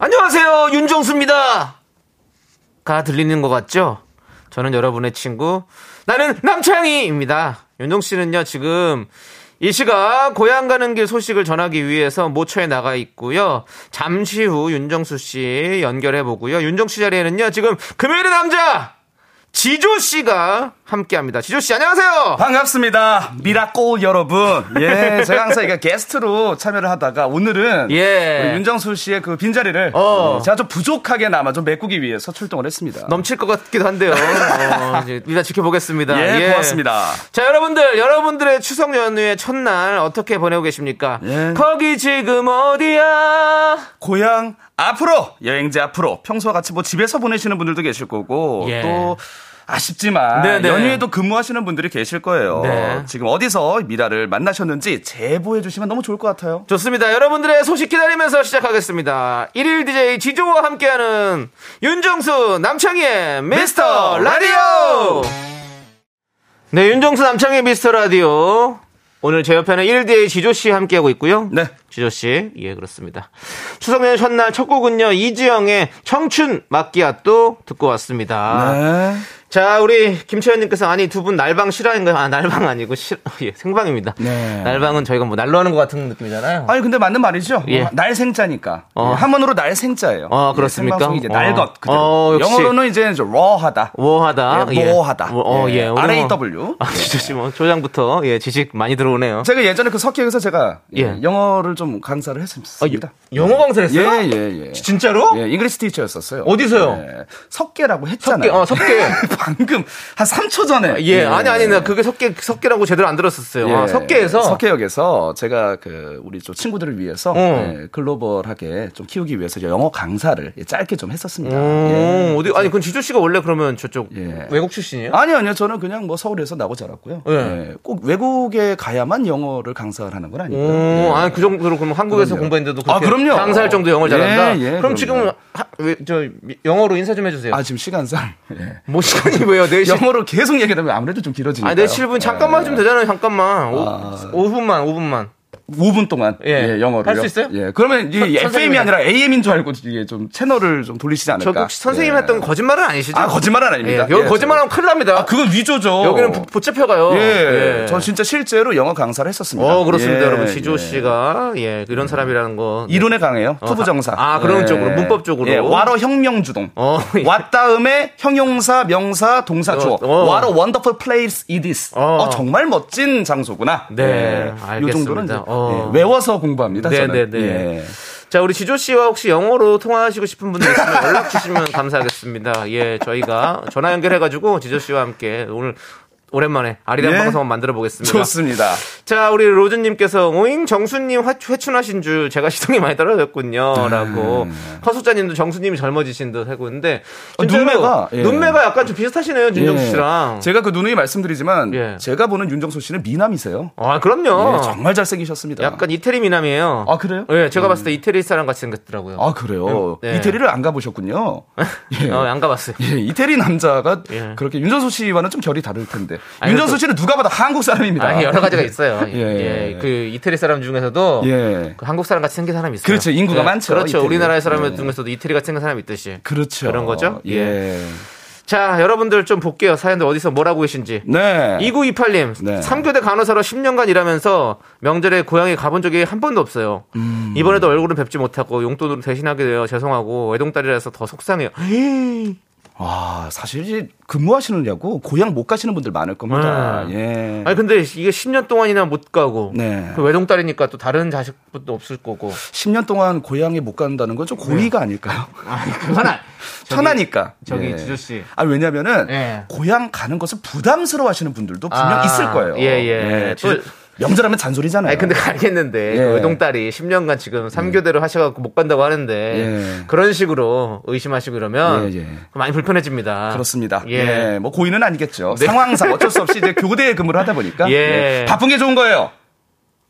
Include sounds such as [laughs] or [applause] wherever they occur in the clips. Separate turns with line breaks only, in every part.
안녕하세요 윤정수입니다 가 들리는 것 같죠? 저는 여러분의 친구 나는 남창희입니다 윤정씨는요 지금 이 시각 고향 가는 길 소식을 전하기 위해서 모처에 나가 있고요 잠시 후 윤정수씨 연결해 보고요 윤정씨 자리에는요 지금 금요일의 남자 지조씨가 함께합니다 지조씨 안녕하세요
반갑습니다. 미라클 여러분. 예, 제가 항상 이게 게스트로 참여를 하다가 오늘은
예.
우리 윤정수 씨의 그 빈자리를
어.
제가 좀 부족하게 남아 좀 메꾸기 위해서 출동을 했습니다.
넘칠 것 같기도 한데요 어, 이제 일단 지켜보겠습니다
예, 고맙습니다.
자, 여러분들, 여러분들의 추석 연휴의 첫날 어떻게 보내고 계십니까?
예.
거기 지금 어디야?
고향 앞으로 여행지 앞으로 평소와 같이 뭐 집에서 보내시는 분들도 계실 거고
예.
또 아쉽지만
네네.
연휴에도 근무하시는 분들이 계실 거예요.
네.
지금 어디서 미라를 만나셨는지 제보해 주시면 너무 좋을 것 같아요.
좋습니다. 여러분들의 소식 기다리면서 시작하겠습니다. 일일 DJ 지조와 함께하는 윤정수 남창희의 미스터 라디오! 네, 윤정수 남창희의 미스터 라디오. 오늘 제 옆에는 일일 DJ 지조씨 함께하고 있고요.
네.
지조씨, 예, 그렇습니다. 추석 연휴 첫날 첫 곡은요, 이지영의 청춘 마끼아또 듣고 왔습니다.
네.
자, 우리 김채연님께서 아니 두 분 날방 실화인가요? 아, 날방 아니고 실, [laughs] 예, 생방입니다.
네.
날방은 저희가 뭐 날로 하는 것 같은 느낌이잖아요.
아니 근데 맞는 말이죠.
예.
어, 날 생자니까.
어.
예, 한문으로 날 생자예요.
어,
예,
그렇습니까?
생방송이 이제
어.
날것 그대로.
어, 역시.
영어로는 이제 이제 raw하다.
워하다,
예, 모호하다.
어, 예,
예,
오늘 뭐-
RAW.
아, 진짜 지금 뭐 조장부터 예 지식 많이 들어오네요.
제가 예전에 그 석회에서 제가 예,
예.
영어를 좀 강사를
아,
했습니다.
여- 영어 강사를
예,
했어요?
예, 예.
진짜로?
예, 잉글리시 티처였었어요.
어디서요?
예, 석계라고
석계,
했잖아요.
어, 석계.
[laughs] 방금 한 3초 전에.
예, 아니 아니 나 그게 석계 석계라고 제대로 안 들었었어요. 아,
예,
석계에서
석계역에서 제가 그 우리 좀 친구들을 위해서
어.
예, 글로벌하게 좀 키우기 위해서 이제 영어 강사를 예, 짧게 좀 했었습니다.
오,
예.
어디 아니 그럼 지조 씨가 원래 그러면 저쪽
예.
외국 출신이에요?
아니요, 아니요. 저는 그냥 뭐 서울에서 나고 자랐고요.
예.
예. 꼭 외국에 가야만 영어를 강사를 하는 건 아니고요.
오,
예.
아, 그 정도로 그럼 한국에서
그럼요.
공부했는데도
아,
그렇게
그럼요.
강사할 정도 영어 를
예,
잘한다.
예,
그럼
그럼요.
지금 하, 왜, 저 미- 영어로 인사 좀 해주세요.
아, 지금 시간상. 예.
뭐 시간이 왜요? 4시.
영어로 계속 얘기하면 아무래도 좀 길어지니까.
아, 4시 1분 잠깐만 좀 되잖아요. 잠깐만. 오,
아.
5분만, 5분만.
5분 동안
예.
예, 영어로
할수 있어요?
예. 그러면 이
선- 선생님이
FM이 아니라 AM인 줄 알고 이게 좀 채널을 좀 돌리시지
저
않을까?
혹시 선생님
예.
했던 거짓말은 아니시죠?
아, 거짓말은
예,
아닙니다.
여기
예,
거짓말하면 큰일 납니다.
아, 그건 위조죠.
여기는 부- 붙잡혀가요.
예. 전 진짜 실제로 영어 강사를 했었습니다.
어, 그렇습니다.
예,
여러분. 지조
예.
씨가, 예, 이런 사람이라는 거. 네.
이론에 강해요.
어,
투부정사. 네.
아, 그런 쪽으로, 문법적으로.
예, 와러 혁명주동.
어, 예.
[laughs] 왔 다음에 형용사, 명사, 동사 주어.
어, 어.
와러 원더풀 플레이스 이디스.
어.
어. 정말 멋진 장소구나. 예.
네, 알겠습니다.
요 정도는 이제
어.
예, 외워서 공부합니다.
네, 네,
저는.
네.
예.
자, 우리 지조 씨와 혹시 영어로 통화하시고 싶은 분들 있으면
[laughs]
연락 주시면 감사하겠습니다. 예, 저희가 전화 연결해가지고 지조 씨와 함께 오늘 오랜만에 아리랑
예.
방송 만들어 보겠습니다.
좋습니다.
자, 우리 로즈님께서 오잉 정수님 화- 회춘하신 줄 제가 시동이 많이 떨어졌군요라고 허수자님도 정수님이 젊어지신 듯 하고 있는데
음. 어,
진짜로
눈매가, 예.
눈매가 약간 좀 비슷하시네요
예.
윤정수 씨랑.
제가 그 누누이 말씀드리지만
예.
제가 보는 윤정수 씨는 미남이세요.
아
예,
그럼요.
정말 잘생기셨습니다.
약간 이태리 미남이에요.
아, 그래요?
예, 제가 봤을 때 이태리 사람 같이 생겼더라고요.
아 그래요.
네.
이태리를 안 가보셨군요. 예.
[laughs] 어, 안 가봤어요.
예, 이태리 남자가
예.
그렇게 윤정수 씨와는 좀 결이 다를 텐데.
아니,
윤정수 씨는 누가 봐도 한국 사람입니다.
아니 여러 가지가 있어요. 예,
[laughs] 예, 예.
그 이태리 사람 중에서도
예.
그 한국 사람 같이 생긴 사람이 있어요.
그렇죠. 인구가
예,
많죠,
그렇죠.
이태리.
우리나라의 사람
예.
중에서도 이태리 같이 생긴 사람이 있듯이.
그렇죠.
그런 거죠?
예.
자, 여러분들 좀 볼게요. 사연들 어디서 뭐라고 계신지.
네.
2928님,
네.
3교대 간호사로 10년간 일하면서 명절에 고향에 가본 적이 한 번도 없어요.
음.
이번에도 얼굴은 뵙지 못하고 용돈으로 대신하게 되어 죄송하고 외동딸이라서 더 속상해요.
네. 와, 사실 이제 근무하시느냐고 고향 못 가시는 분들 많을 겁니다.
네.
예.
아니, 근데 이게 10년 동안이나 못 가고
네.
그 외동딸이니까 또 다른 자식분도 없을 거고.
10년 동안 고향에 못 간다는 건 좀 고의가 아닐까요?
그건
[laughs]
아
편하니까.
네. 저기
예.
지조씨.
아, 왜냐면은
예.
고향 가는 것을 부담스러워 하시는 분들도 분명
아,
있을 거예요.
예, 예.
또
또
명절하면 잔소리잖아요.
아니 근데 알겠는데
예.
그 외동딸이 10년간 지금 3교대로 하셔갖고 못 간다고 하는데
예.
그런 식으로 의심하시고 이러면
예, 예.
많이 불편해집니다.
그렇습니다.
예.
예. 뭐 고의는 아니겠죠.
네.
상황상 어쩔 수 없이 이제 교대에 근무를 하다 보니까
예.
예. 바쁜 게 좋은 거예요.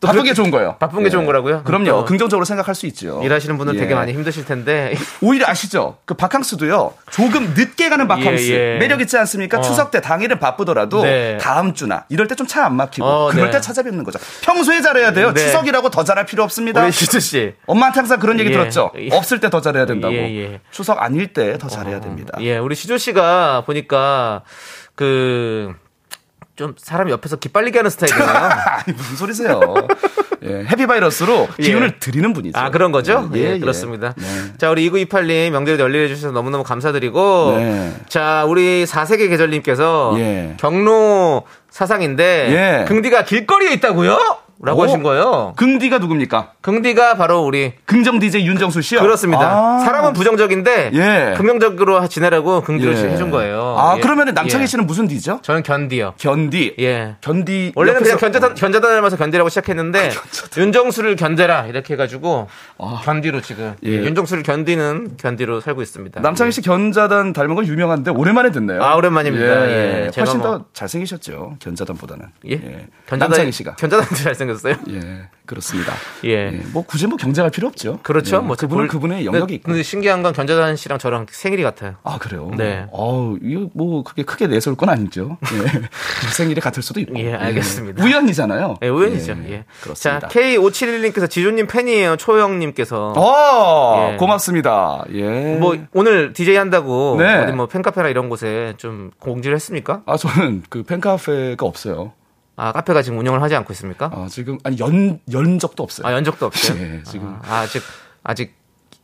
바쁜
그렇-
게 좋은 거예요. 네.
바쁜 게 좋은 거라고요?
그럼요.
또
긍정적으로 생각할 수 있죠.
일하시는 분들
예.
되게 많이 힘드실 텐데
오히려 아시죠? 그 바캉스도요. 조금 늦게 가는 바캉스
예, 예.
매력 있지 않습니까?
어.
추석 때 당일은 바쁘더라도
네.
다음 주나 이럴 때 좀 차 안 막히고
어,
그럴
네.
때 찾아뵙는 거죠. 평소에 잘해야 돼요.
네.
추석이라고 더 잘할 필요 없습니다.
우리 시즈 씨.
엄마한테 항상 그런 얘기
예.
들었죠.
예.
없을 때 더 잘해야 된다고.
예, 예.
추석 아닐 때 더 잘해야
[laughs]
됩니다.
예, 우리 시조 씨가 보니까 그. 좀 사람 옆에서 기빨리게 하는 스타일이네요.
[laughs] 아니 무슨 소리세요? 예, 해피 바이러스로 기운을
예.
드리는 분이죠. 네,
아 그런 거죠? 예, 그렇습니다. 자 우리 2928님 명절 열일해 주셔서 너무너무 감사드리고
네.
자 우리 4세계 계절님께서
예.
경로 사상인데
예.
긍디가 길거리에 있다고요? 라고
오.
하신 거예요.
긍디가 누굽니까?
긍디가 바로 우리
긍정 DJ 윤정수 씨요.
그렇습니다.
아.
사람은 부정적인데
예.
긍정적으로 지내라고 긍디로
예.
해준 거예요.
아
예.
그러면 남창희
예.
씨는 무슨 D죠?
저는 견디요.
견디.
예.
견디.
원래는
옆에서- 어.
그냥 견제단, 견제단 닮아서 견디라고 시작했는데 윤정수를 견제라 이렇게 해가지고 견디로 지금
예.
윤정수를 견디는 견디로 살고 있습니다.
남창희 씨 견자단 닮은 건 유명한데 오랜만에 듣네요.
아, 오랜만입니다. 예, 제가
훨씬
뭐-
더 잘생기셨죠. 견자단보다는.
예? 견제단,
남창희 씨가.
견제단도 [laughs] 잘생겼어요.
예. 그렇습니다.
예.
뭐 굳이 뭐 경쟁할 필요 없죠.
그렇죠.
예,
뭐
그분은
볼-
그분의
근데-
영역이 있고.
근데 신기한 건 견제단 씨랑 저랑 생일이 같아요.
아 그래요?
네.
어우 이거 뭐 그게 크게 내세울 건 아니죠. 예. [laughs] 생일이 같을 수도 있고.
예, 알겠습니다.
예. 우연이잖아요.
예, 우연이죠. 예. 자,
그렇습니다.
K5711님께서 지조님 팬이에요. 초영님께서.
어
예.
고맙습니다. 예.
뭐 오늘 DJ 한다고
네.
어디 뭐 팬카페나 이런 곳에 좀 공지를 했습니까?
아 저는 그 팬카페가 없어요.
아 카페가 지금 운영을 하지 않고 있습니까?
아 지금 아니 연 연적도 없어요.
아 연적도 없어요.
[laughs] 예, 지금.
아, 아직 아직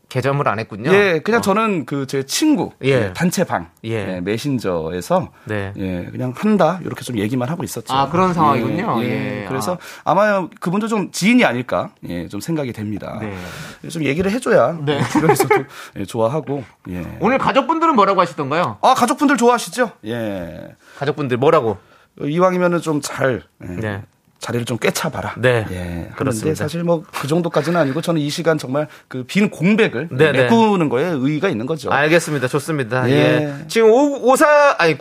개점을 안 했군요. 어.
예, 그냥 저는 그 제 친구
예.
예, 단체 방
예.
예, 메신저에서
네.
예, 그냥 한다 이렇게 좀 얘기만 하고 있었죠.
아, 그런 상황이군요.
예,
예.
예. 그래서 아마 그분도 좀 지인이 아닐까 예, 좀 생각이 됩니다.
네.
좀 얘기를 해줘야 뭐 주변에서도 예, 좋아하고 예.
오늘 가족분들은 뭐라고 하시던가요?
아 가족분들 좋아하시죠? 예,
가족분들 뭐라고?
이왕이면은 좀잘 예,
네.
자리를 좀 꿰차봐라.
네.
예. 그런데
그렇습니다.
사실 뭐 그 정도까지는 아니고 저는 이 시간 정말 그 빈 공백을
네, 아, 네.
메꾸는 거에 의의가 있는 거죠.
알겠습니다. 좋습니다. 예.
예.
지금 5, 54 아니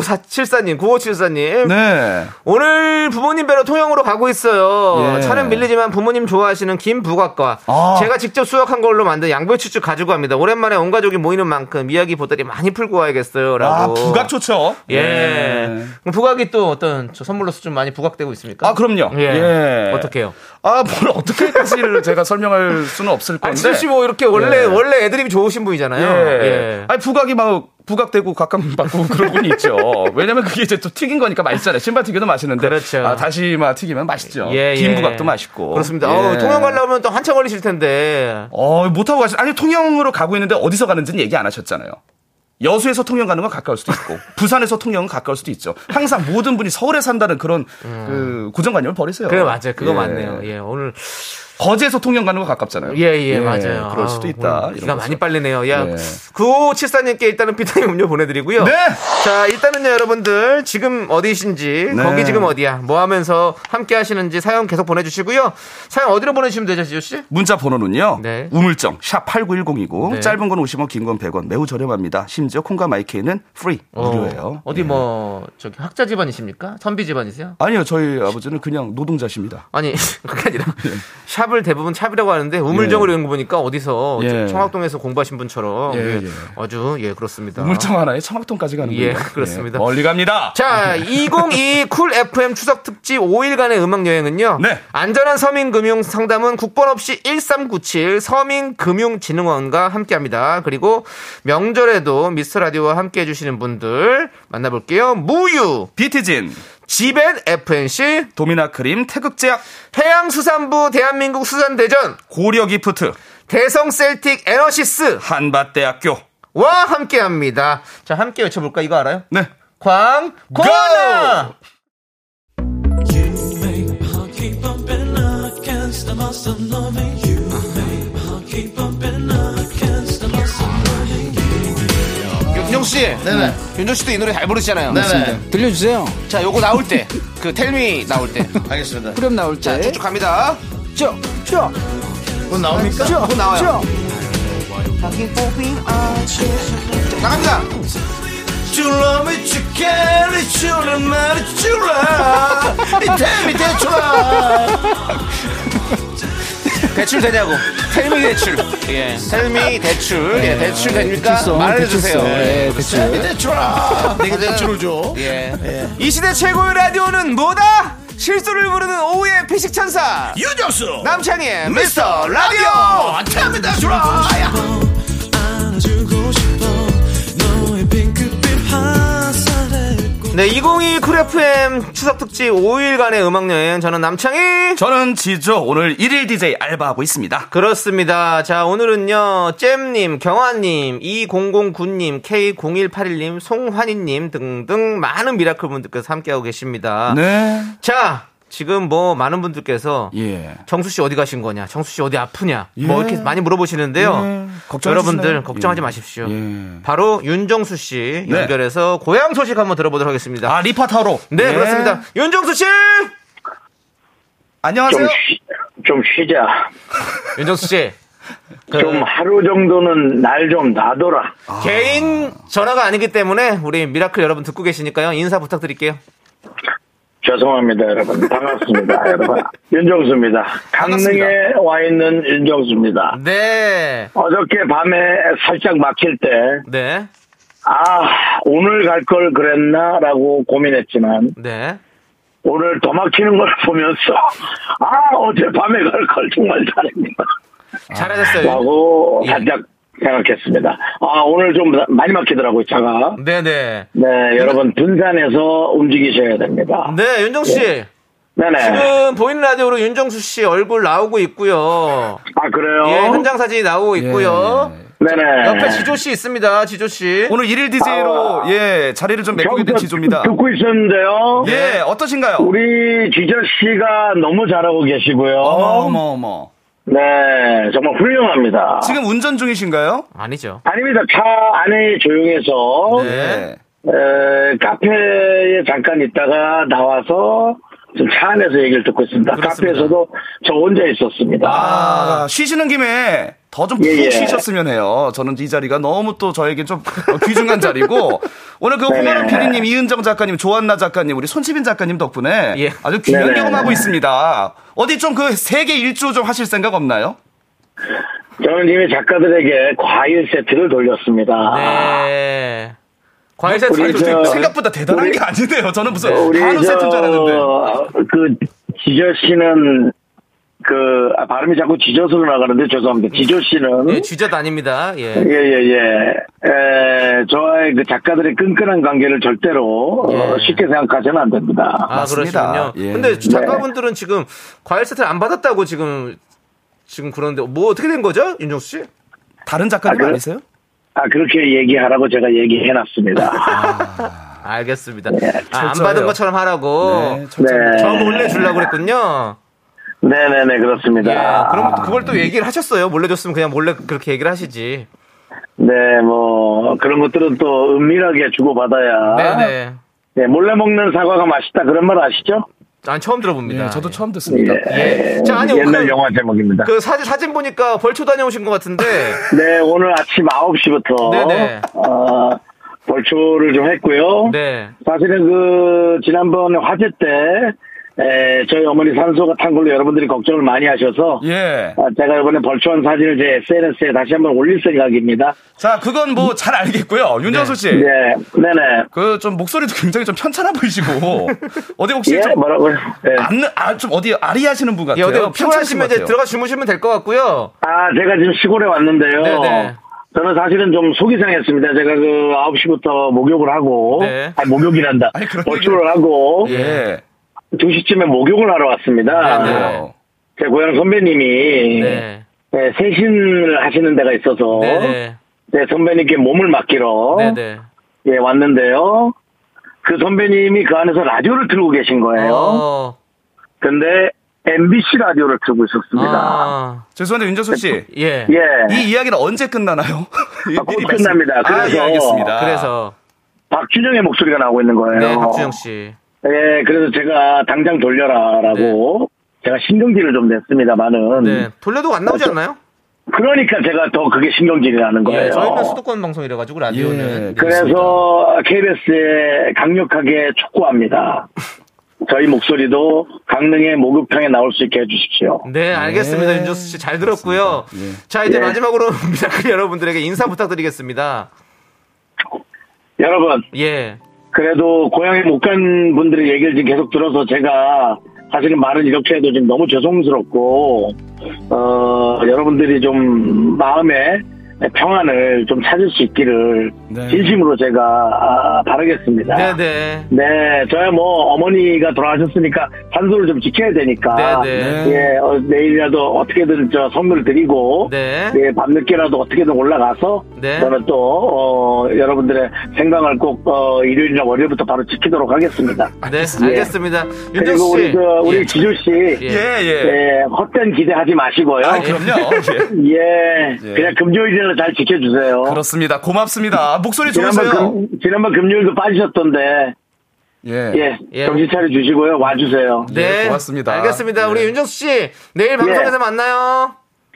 957474님, 9574님.
네.
오늘 부모님 뵈러 통영으로 가고 있어요.
예.
차는 밀리지만 부모님 좋아하시는 김부각과
아.
제가 직접 수확한 걸로 만든 양배추죽 가지고 갑니다. 오랜만에 온 가족이 모이는 만큼 이야기 보따리 많이 풀고 와야겠어요라고.
아, 부각 좋죠.
예. 그럼 부각이 또 어떤 저 선물로서 좀 많이 부각되고 있습니까?
아, 그럼요.
예.
예.
어떻게요?
아, 뭘 어떻게까지를 [laughs] 제가 설명할 수는 없을
아,
건데.
지수 씨뭐 이렇게 원래
예.
원래 애드립이 좋으신 분이잖아요.
예.
예.
아니, 부각이 막, 부각되고 [laughs] 각감받고 그런 분이 있죠. 왜냐면 그게 이제 또 튀긴 거니까 맛있잖아요. 신발 튀겨도 맛있는데.
그렇죠.
아, 다시마 튀기면 맛있죠. 긴 부각도 맛있고.
예, 그렇습니다.
예.
어우, 통영 가려면 또 한참 걸리실 텐데.
어, 못하고 가시, 아니, 통영으로 가고 있는데 어디서 가는지는 얘기 안 하셨잖아요. 여수에서 통영 가는 건 가까울 수도
[laughs]
있고, 부산에서 통영은 가까울 수도 있죠. 항상 모든 분이 서울에 산다는 그런, 그, 고정관념을 버리세요.
음. 그래 맞아요. 그거
예.
맞네요. 예. 오늘
거제에서 통영 가는 거 가깝잖아요.
예, 예, 맞아요.
그럴 수도
아우,
있다.
오늘
이런
기가
거죠.
많이 빨리네요. 야,
예.
9574님께 일단은 비타민 음료 보내드리고요.
네!
자, 일단은요, 여러분들. 지금 어디신지,
네.
거기 지금 어디야, 뭐 하면서 함께 하시는지 사연 계속 보내주시고요. 사연 어디로 보내주시면 되죠, 지조씨?
문자 번호는요.
네.
우물정 샵 8910이고
네.
짧은 건 50원, 긴 건 100원. 매우 저렴합니다. 심지어 콩과 마이케이는 프리 무료예요.
어디 뭐, 저기 학자 집안이십니까? 선비 집안이세요?
아니요. 저희 아버지는 그냥 노동자십니다.
아니 [laughs] 그게
[laughs]
아니라
예.
샵을 대부분 샵이라고 하는데 우물정을 읽는 거 보니까 어디서
예.
청학동에서 공부하신 분처럼
예,
예,
예.
아주 예 그렇습니다.
우물정 하나에 청학동까지 가는
예,
거예요.
그렇습니다.
멀리 갑니다.
자, 2022 쿨 FM 추석 특집 5일간의 음악 여행은요.
네.
안전한 서민 금융 상담은 국번 없이 1397 서민금융진흥원과 함께합니다. 그리고 명절에도 미스터 라디오와 함께 해주시는 분들 만나볼게요. 무유,
비트진,
지벤 FNC,
도미나 크림, 태극제약,
해양수산부 대한민국 수산대전.
고려 기프트,
대성 셀틱 에너시스
한밭대학교.
와 함께 합니다. 자, 함께 외쳐볼까? 이거 알아요?
네.
광고나!
You, babe, I'll keep bumping against the must of loving you, babe. I'll keep bumping against the must of loving you.
윤정씨, 씨.
네네.
윤종 씨도 이 노래 잘 부르시잖아요.
네네.
들려주세요.
자, 요거 나올 때. 그 텔미 나올 때.
알겠습니다.
후렴 나올 때.
쭉쭉 갑니다.
쭉, 쭉,
그건 나옵니까?
쭉
나와요.
쭉.
나갑니다.
줄라 미치게리 줄라 마리 줄라
[laughs]
이태미 대출라
대출 되냐고. 텔미 대출. 예. 텔미 대출. 예, 대출 됩니까?
대출성,
말해주세요.
대출성.
예.
예, 대출.
이 대출라 내가 대출을 줘
예. 이 시대 최고의 라디오는 뭐다? 실수를 부르는 오후의 피식천사.
유정수
남창희의
미스터 라디오 이태미 대출라
안아주고 싶어 너의 핑크빛 화살에 꽂
네, 2021 쿨FM 추석특집 5일간의 음악여행. 저는 남창희.
저는 지조 오늘 일일 DJ 알바하고 있습니다.
그렇습니다. 자, 오늘은요, 잼님, 경화님, 2009님, K0181님, 송환희님 등등 많은 미라클 분들께서 함께하고 계십니다.
네.
자, 지금 뭐 많은 분들께서
예.
정수 씨 어디 가신 거냐? 정수 씨 어디 아프냐?
예.
뭐 이렇게 많이 물어보시는데요.
예. 걱정해
여러분들
주시나요?
걱정하지
예.
마십시오.
예.
바로 윤정수 씨
네.
연결해서 고향 소식 한번 들어보도록 하겠습니다.
아 리파타로.
네,
예.
그렇습니다. 윤정수 씨!
안녕하세요.
좀, 쉬, 좀 쉬자.
윤정수 씨. 그
좀 하루 정도는 날 좀 놔둬라.
아. 개인 전화가 아니기 때문에 우리 미라클 여러분 듣고 계시니까요. 인사 부탁드릴게요.
죄송합니다,
[laughs]
여러분. 반갑습니다, 여러분. 윤정수입니다. 강릉에 와 있는 윤정수입니다.
네.
어저께 밤에 살짝 막힐 때,
네.
아, 오늘 갈 걸 그랬나라고 고민했지만,
네.
오늘 더 막히는 걸 보면서, 아, 어젯밤에 갈 걸 정말 잘했니다. 아, 뭐.
잘하셨어요.
라고
네. 예.
살짝 생각했습니다. 아, 오늘 좀 많이 막히더라고요, 차가.
네네.
네, 여러분 분산해서 움직이셔야 됩니다.
네, 윤정수 씨.
네네.
지금 보이는 라디오로 윤정수 씨 얼굴 나오고 있고요.
아 그래요?
예, 현장 사진이 나오고 있고요.
네네.
옆에 지조 씨 있습니다. 지조 씨.
예. 오늘 일일 DJ로 예 자리를 좀 메꾸게 된
저,
지조입니다.
듣고 있었는데요.
예 어떠신가요?
우리 지저 씨가 너무 잘하고 계시고요.
어머 어머 어머.
네, 정말 훌륭합니다.
지금 운전 중이신가요?
아니죠.
아닙니다. 차 안에 조용해서
네.
예.
에, 카페에 잠깐 있다가 나와서 지금 차 안에서 얘기를 듣고 있습니다.
그렇습니다.
카페에서도 저 혼자 있었습니다.
아, 쉬시는 김에 더 좀 푹
예, 예.
쉬셨으면 해요. 저는 이 자리가 너무 또 저에겐 좀 귀중한 자리고 오늘 그 홍아람
네네.
PD님, 이은정 작가님, 조한나 작가님, 우리 손치빈 작가님 덕분에
예.
아주 귀한
네네.
경험하고 있습니다. 어디 좀 그 세계 일주 좀 하실 생각 없나요?
저는 이미 작가들에게 과일 세트를 돌렸습니다.
네. 과일
아. 우리
세트.
저-
근데 생각보다 대단한
우리-
게 아니네요. 저는 무슨
우리
한우
저,
세트인 줄 알았는데.
그 지저 씨는 그 아, 발음이 자꾸 지저스로 나가는데 죄송합니다. 지저
예,
씨는
쥐젓 아닙니다. 예.
예 예예 저와의 그 작가들의 끈끈한 관계를 절대로
예.
어, 쉽게 생각하지는 안 됩니다.
아,
맞습니다.
그러시군요.
예.
근데 작가분들은 지금 과일 세트를 안 받았다고 지금 지금 그런데 뭐 어떻게 된 거죠? 윤정수 씨?
다른 작가님
아, 그-
아니세요?
아 그렇게 얘기하라고 제가
[laughs] 아,
얘기해놨습니다.
알겠습니다. 아, 안
네, 철저해요.
받은 것처럼 하라고.
네,
네,
저 몰래 주려고 그랬군요.
네네네 그렇습니다.
예, 그럼 또 그걸 또 얘기를 하셨어요. 몰래 줬으면 그냥 몰래 그렇게 얘기를 하시지.
네, 뭐 그런 것들은 또 은밀하게 주고 받아야. 예,
네네.
몰래 먹는 사과가 맛있다 그런 말 아시죠?
난 처음 들어봅니다.
예, 저도 처음 듣습니다.
예. 자, 아니,
옛날
그,
영화 제목입니다.
그 사진, 사진 보니까 벌초 다녀오신 것
[laughs]
같은데.
네, 오늘 아침 9시부터
네네.
어, 벌초를 좀 했고요.
네.
사실은 그 지난번 화재 때 에, 저희 어머니 산소가 탄 걸로 여러분들이 걱정을 많이 하셔서
예.
아, 제가 이번에 벌초한 사진을 제 SNS에 다시 한번 올릴 생각입니다.
자, 그건 뭐 잘 알겠고요. 윤정수 씨.
네, 네네.
그 좀 목소리도 굉장히 좀 편찮아
[laughs]
보이시고 어디 혹시
예,
좀
뭐라고요? 네.
안, 아, 좀 어디 아리하시는 분
예,
같아요.
어디
편찮으신
피곤하시면
것
이제
같아요.
들어가 주무시면 될 것 같고요.
아, 제가 지금 시골에 왔는데요.
네네.
저는 사실은 좀 속이 상했습니다. 제가 그 9시부터 목욕을 하고,
네.
아니, 목욕이란다.
아니, 그런
벌초를 하고,
예.
2시쯤에 목욕을 하러 왔습니다.
네, 네.
어.
제 고향
예.
선배님이
네.
네, 세신을 하시는 데가 있어서
네네.
네, 선배님께 몸을 맡기러
어?
네네.
예, 왔는데요.
어?
그 선배님이 그 안에서 라디오를 틀고 계신 거예요.
어,
근데 MBC 라디오를 틀고 있었습니다.
아,
죄송한데 윤정수
[laughs]
씨.
예.
예.
이 이야기는 언제 끝나나요?
아, 곧
[laughs] 미리 말씀-
끝납니다.
아, 예,
그래서-
알겠습니다.
그래서
박준영의 목소리가 나오고 있는 거예요.
네, 박준영 씨.
예, 그래서 제가 당장 돌려라라고 제가 신경질을 좀 냈습니다만은
네. 돌려도 안 나오지 않나요?
그러니까 제가 더 아, 그게 신경질이 나는 거예요.
예, 저희는 수도권 방송이라 가지고 라디오는
그래서 KBS에 강력하게
[laughs]
촉구합니다. 저희 목소리도 강릉의 목욕탕에 나올 수 있게 해주십시오.
네, 알겠습니다. 윤정수 씨 잘 들었고요. 자, 이제
예.
마지막으로 [laughs] 미라클 여러분들에게 인사 부탁드리겠습니다.
여러분,
예.
그래도 고향에 못 간 분들의 얘기를 지금 계속 들어서 제가 사실은 말은 이렇게 해도 지금 너무 죄송스럽고 어, 여러분들이 좀 마음의 평안을 좀 찾을 수 있기를 진심으로 제가 아, 바라겠습니다.
네, 네.
네, 저야 뭐 어머니가 돌아가셨으니까 산소를 좀 지켜야 되니까
네,
예, 어, 내일이라도 어떻게든 저 선물 드리고
네.
예, 밤늦게라도 어떻게든 올라가서
네.
저는 또 어, 여러분들의 생각을 꼭 어, 일요일이나 월요일부터 바로 지키도록 하겠습니다.
네, 알겠습니다. 윤정수
그리고
씨.
우리 그, 우리
예.
지조 씨,
예.
예, 예.
예, 헛된 기대하지 마시고요.
아, 그럼요. 예.
예,
예.
그냥 금요일이라 잘 지켜주세요.
그렇습니다.
네.
고맙습니다. 목소리
지난번
좋으세요.
금, 지난번 금요일도 빠지셨던데 예,
예.
정신 차려 주시고요. 와주세요.
네.
예, 고맙습니다.
알겠습니다. 우리
예.
윤정수 씨, 내일 방송에서
예.
만나요.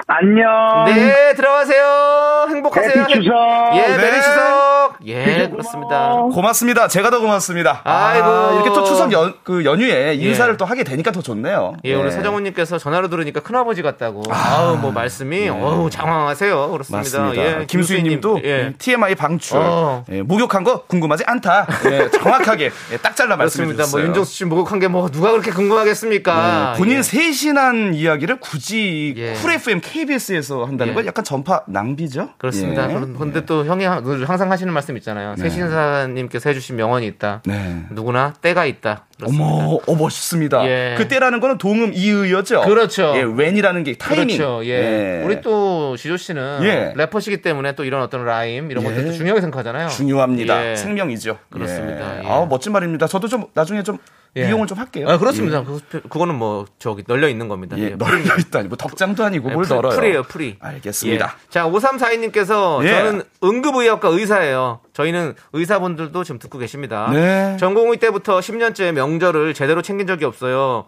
안녕.
네, 들어가세요. 행복하세요.
해피 음. 추석. 네.
예,
네.
메리 추석. 예, 그렇습니다.
고맙습니다. 제가 더 고맙습니다.
아이고.
이렇게 또 추석 연, 그 연휴에 인사를
예.
또 하게 되니까 더 좋네요.
예, 오늘 서정훈님께서 전화로 들으니까 큰아버지 같다고. 아우, 뭐 말씀이, 어우, 장황하세요. 그렇습니다.
네. 맞습니다.
예,
김수희 님도 음,
예.
TMI 방출.
어.
예, 목욕한 거 궁금하지 않다. 예, 정확하게 예, 딱 잘라 말씀해
맞습니다. 뭐
주셨어요. 네,
윤정수 씨 목욕한 게 뭐 누가 그렇게 궁금하겠습니까?
본인
예.
세신한 이야기를 굳이
예.
쿨 FM KBS에서 한다는
예.
건 약간 전파 낭비죠?
그렇습니다.
예.
그런- 그런데 또 형이 하- 늘 항상 하시는 말씀 있잖아요. 세신사님께서 해주신 명언이 있다.
네.
누구나 때가 있다. 그렇습니다.
어머, 어 멋있습니다.
예.
그때라는 거는 동음 이의였죠.
그렇죠.
예, when이라는 게 타이밍. 네.
그렇죠. 예. 우리 또 지조 씨는
예.
래퍼시기 때문에 또 이런 어떤 라임 이런 것들도 중요하게 생각하잖아요.
중요합니다.
예.
생명이죠.
그렇습니다. 예.
아 멋진 말입니다. 저도 좀 나중에 좀
예.
이용을 좀 할게요.
아, 그렇습니다. 그, 그거는 뭐 저기 널려 있는 겁니다.
예, 널려 있다니 뭐 덕장도 아니고 뭘
예, 네, 풀-
널어요.
풀이에요, 풀이.
알겠습니다.
예. 자, 5342님께서
예.
저는 응급의학과 의사예요. 저희는 의사분들도 지금 듣고 계십니다.
네.
전공의 때부터 10년째 명절을 제대로 챙긴 적이 없어요.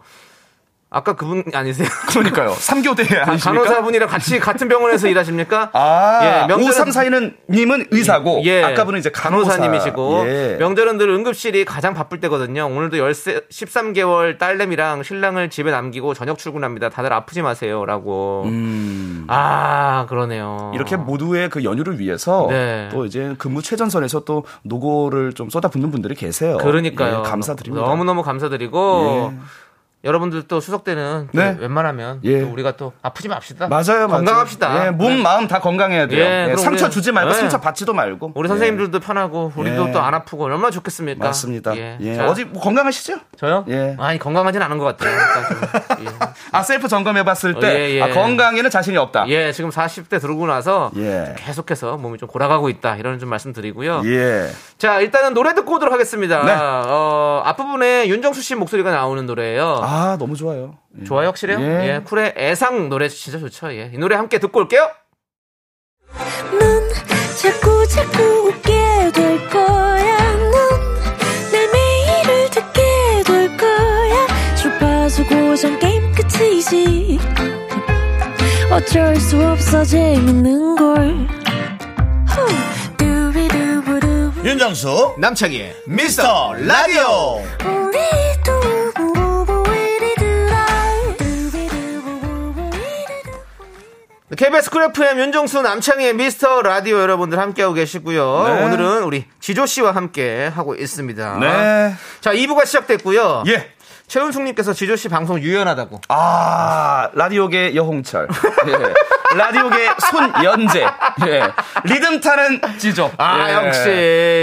아까 그분 아니세요?
그러니까요. 3교대
아,
[laughs] 아니십니까?
간호사분이랑
[laughs]
같이 같은 병원에서 일하십니까?
아,
예, 명절은-
5342는 님은 의사고 아까 분은 이제 간호사.
예. 간호사님이시고
예.
명절은 늘 응급실이 가장 바쁠 때거든요. 오늘도 13, 13개월 딸내미랑 신랑을 집에 남기고 저녁 출근합니다. 다들 아프지 마세요라고. 아 그러네요.
음. 이렇게 모두의 그 연휴를 위해서
네.
또 이제 근무 최전선에서 또 노고를 좀 쏟아붓는 분들이 계세요.
그러니까요.
예, 감사드립니다. 예.
너무 너무 감사드리고 여러분들 또 추석 때는
네.
또 웬만하면
예.
또 우리가 또 아프지 맙시다.
맞아요, 맞아요.
건강합시다.
예, 몸,
네.
마음 다 건강해야 돼요.
예,
예,
그럼
상처
우리-
주지 말고
예.
상처 받지도 말고.
우리
예.
선생님들도 편하고 우리도
예.
또 안 아프고 얼마나 좋겠습니까?
맞습니다. 예.
자,
어디 뭐 건강하시죠?
저요?
예.
아니 건강하진 않은 것 같아요. [laughs] 그러니까 좀, 예.
아 셀프 점검해봤을 때
어, 예, 예.
아, 건강에는 자신이 없다.
예, 지금 40대 들고 나서
예.
좀 계속해서 몸이 좀 골아가고 있다. 이런 좀 말씀드리고요.
예.
자, 일단은 노래 듣고 오도록 하겠습니다.
네.
어, 앞부분에 윤정수 씨 목소리가 나오는 노래예요.
아 너무 좋아요. 예.
좋아요, 확실해요?
예.
예. 쿨의 애상 노래 진짜 좋죠. 예. 이 노래 함께 듣고 올게요.
넌 자꾸 자꾸 웃게 될 거야. 넌내 매일을 듣게 될 거야. 주파수 고정 게임 끝이지. 어쩔 수 없어 재밌는 걸. 후. 두비두부두.
윤정수 남창희의 미스터 라디오
우리 두부부부 우리 두라. 두비두부부부 우리 두라.
KBS 쿨 FM 윤정수 남창희의 미스터 라디오 여러분들 함께하고 계시고요.
네.
오늘은 우리 지조 씨와 함께 하고 있습니다.
네.
자, 2부가 시작됐고요.
예.
최은숙님께서 지조 씨 방송 유연하다고.
아 라디오계 여홍철. 예. 라디오계 손연재. 예. 리듬 타는 지조.
아
예.
역시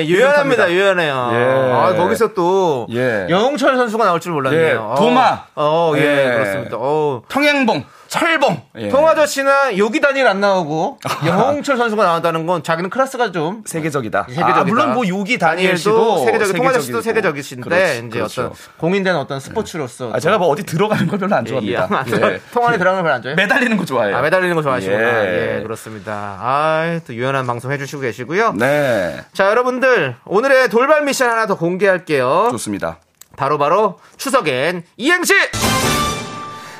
유연합니다
유연합니다.
유연해요.
예.
아 거기서 또
예.
영웅철 선수가 나올 줄 몰랐네요.
예, 도마.
어예
예.
그렇습니다. 어
평양봉. 철봉. 예.
통아저씨나 요기 단일 안
[laughs]
나오고 영홍철 선수가 나온다는 건 자기는 클래스가 좀
세계적이다.
세계적이다.
아, 물론 뭐 요기 다니엘 씨도
세계적이고 통아저씨도
세계적이고. 그렇죠.
세계적이신데
그렇지,
이제
그렇죠.
어떤 공인된 어떤 스포츠로서 네.
아, 제가 뭐 어디 들어가는 걸 별로 안 좋아합니다. 예.
통안에 들어가는 걸안 좋아해요?
매달리는 거 좋아해요.
아, 매달리는 거 좋아하시구나.
예.
예, 그렇습니다. 아, 또 유연한 방송 해주시고 계시고요.
네.
자, 여러분들 오늘의 돌발 미션 하나 더 공개할게요.
좋습니다.
바로 바로 추석엔 이행시.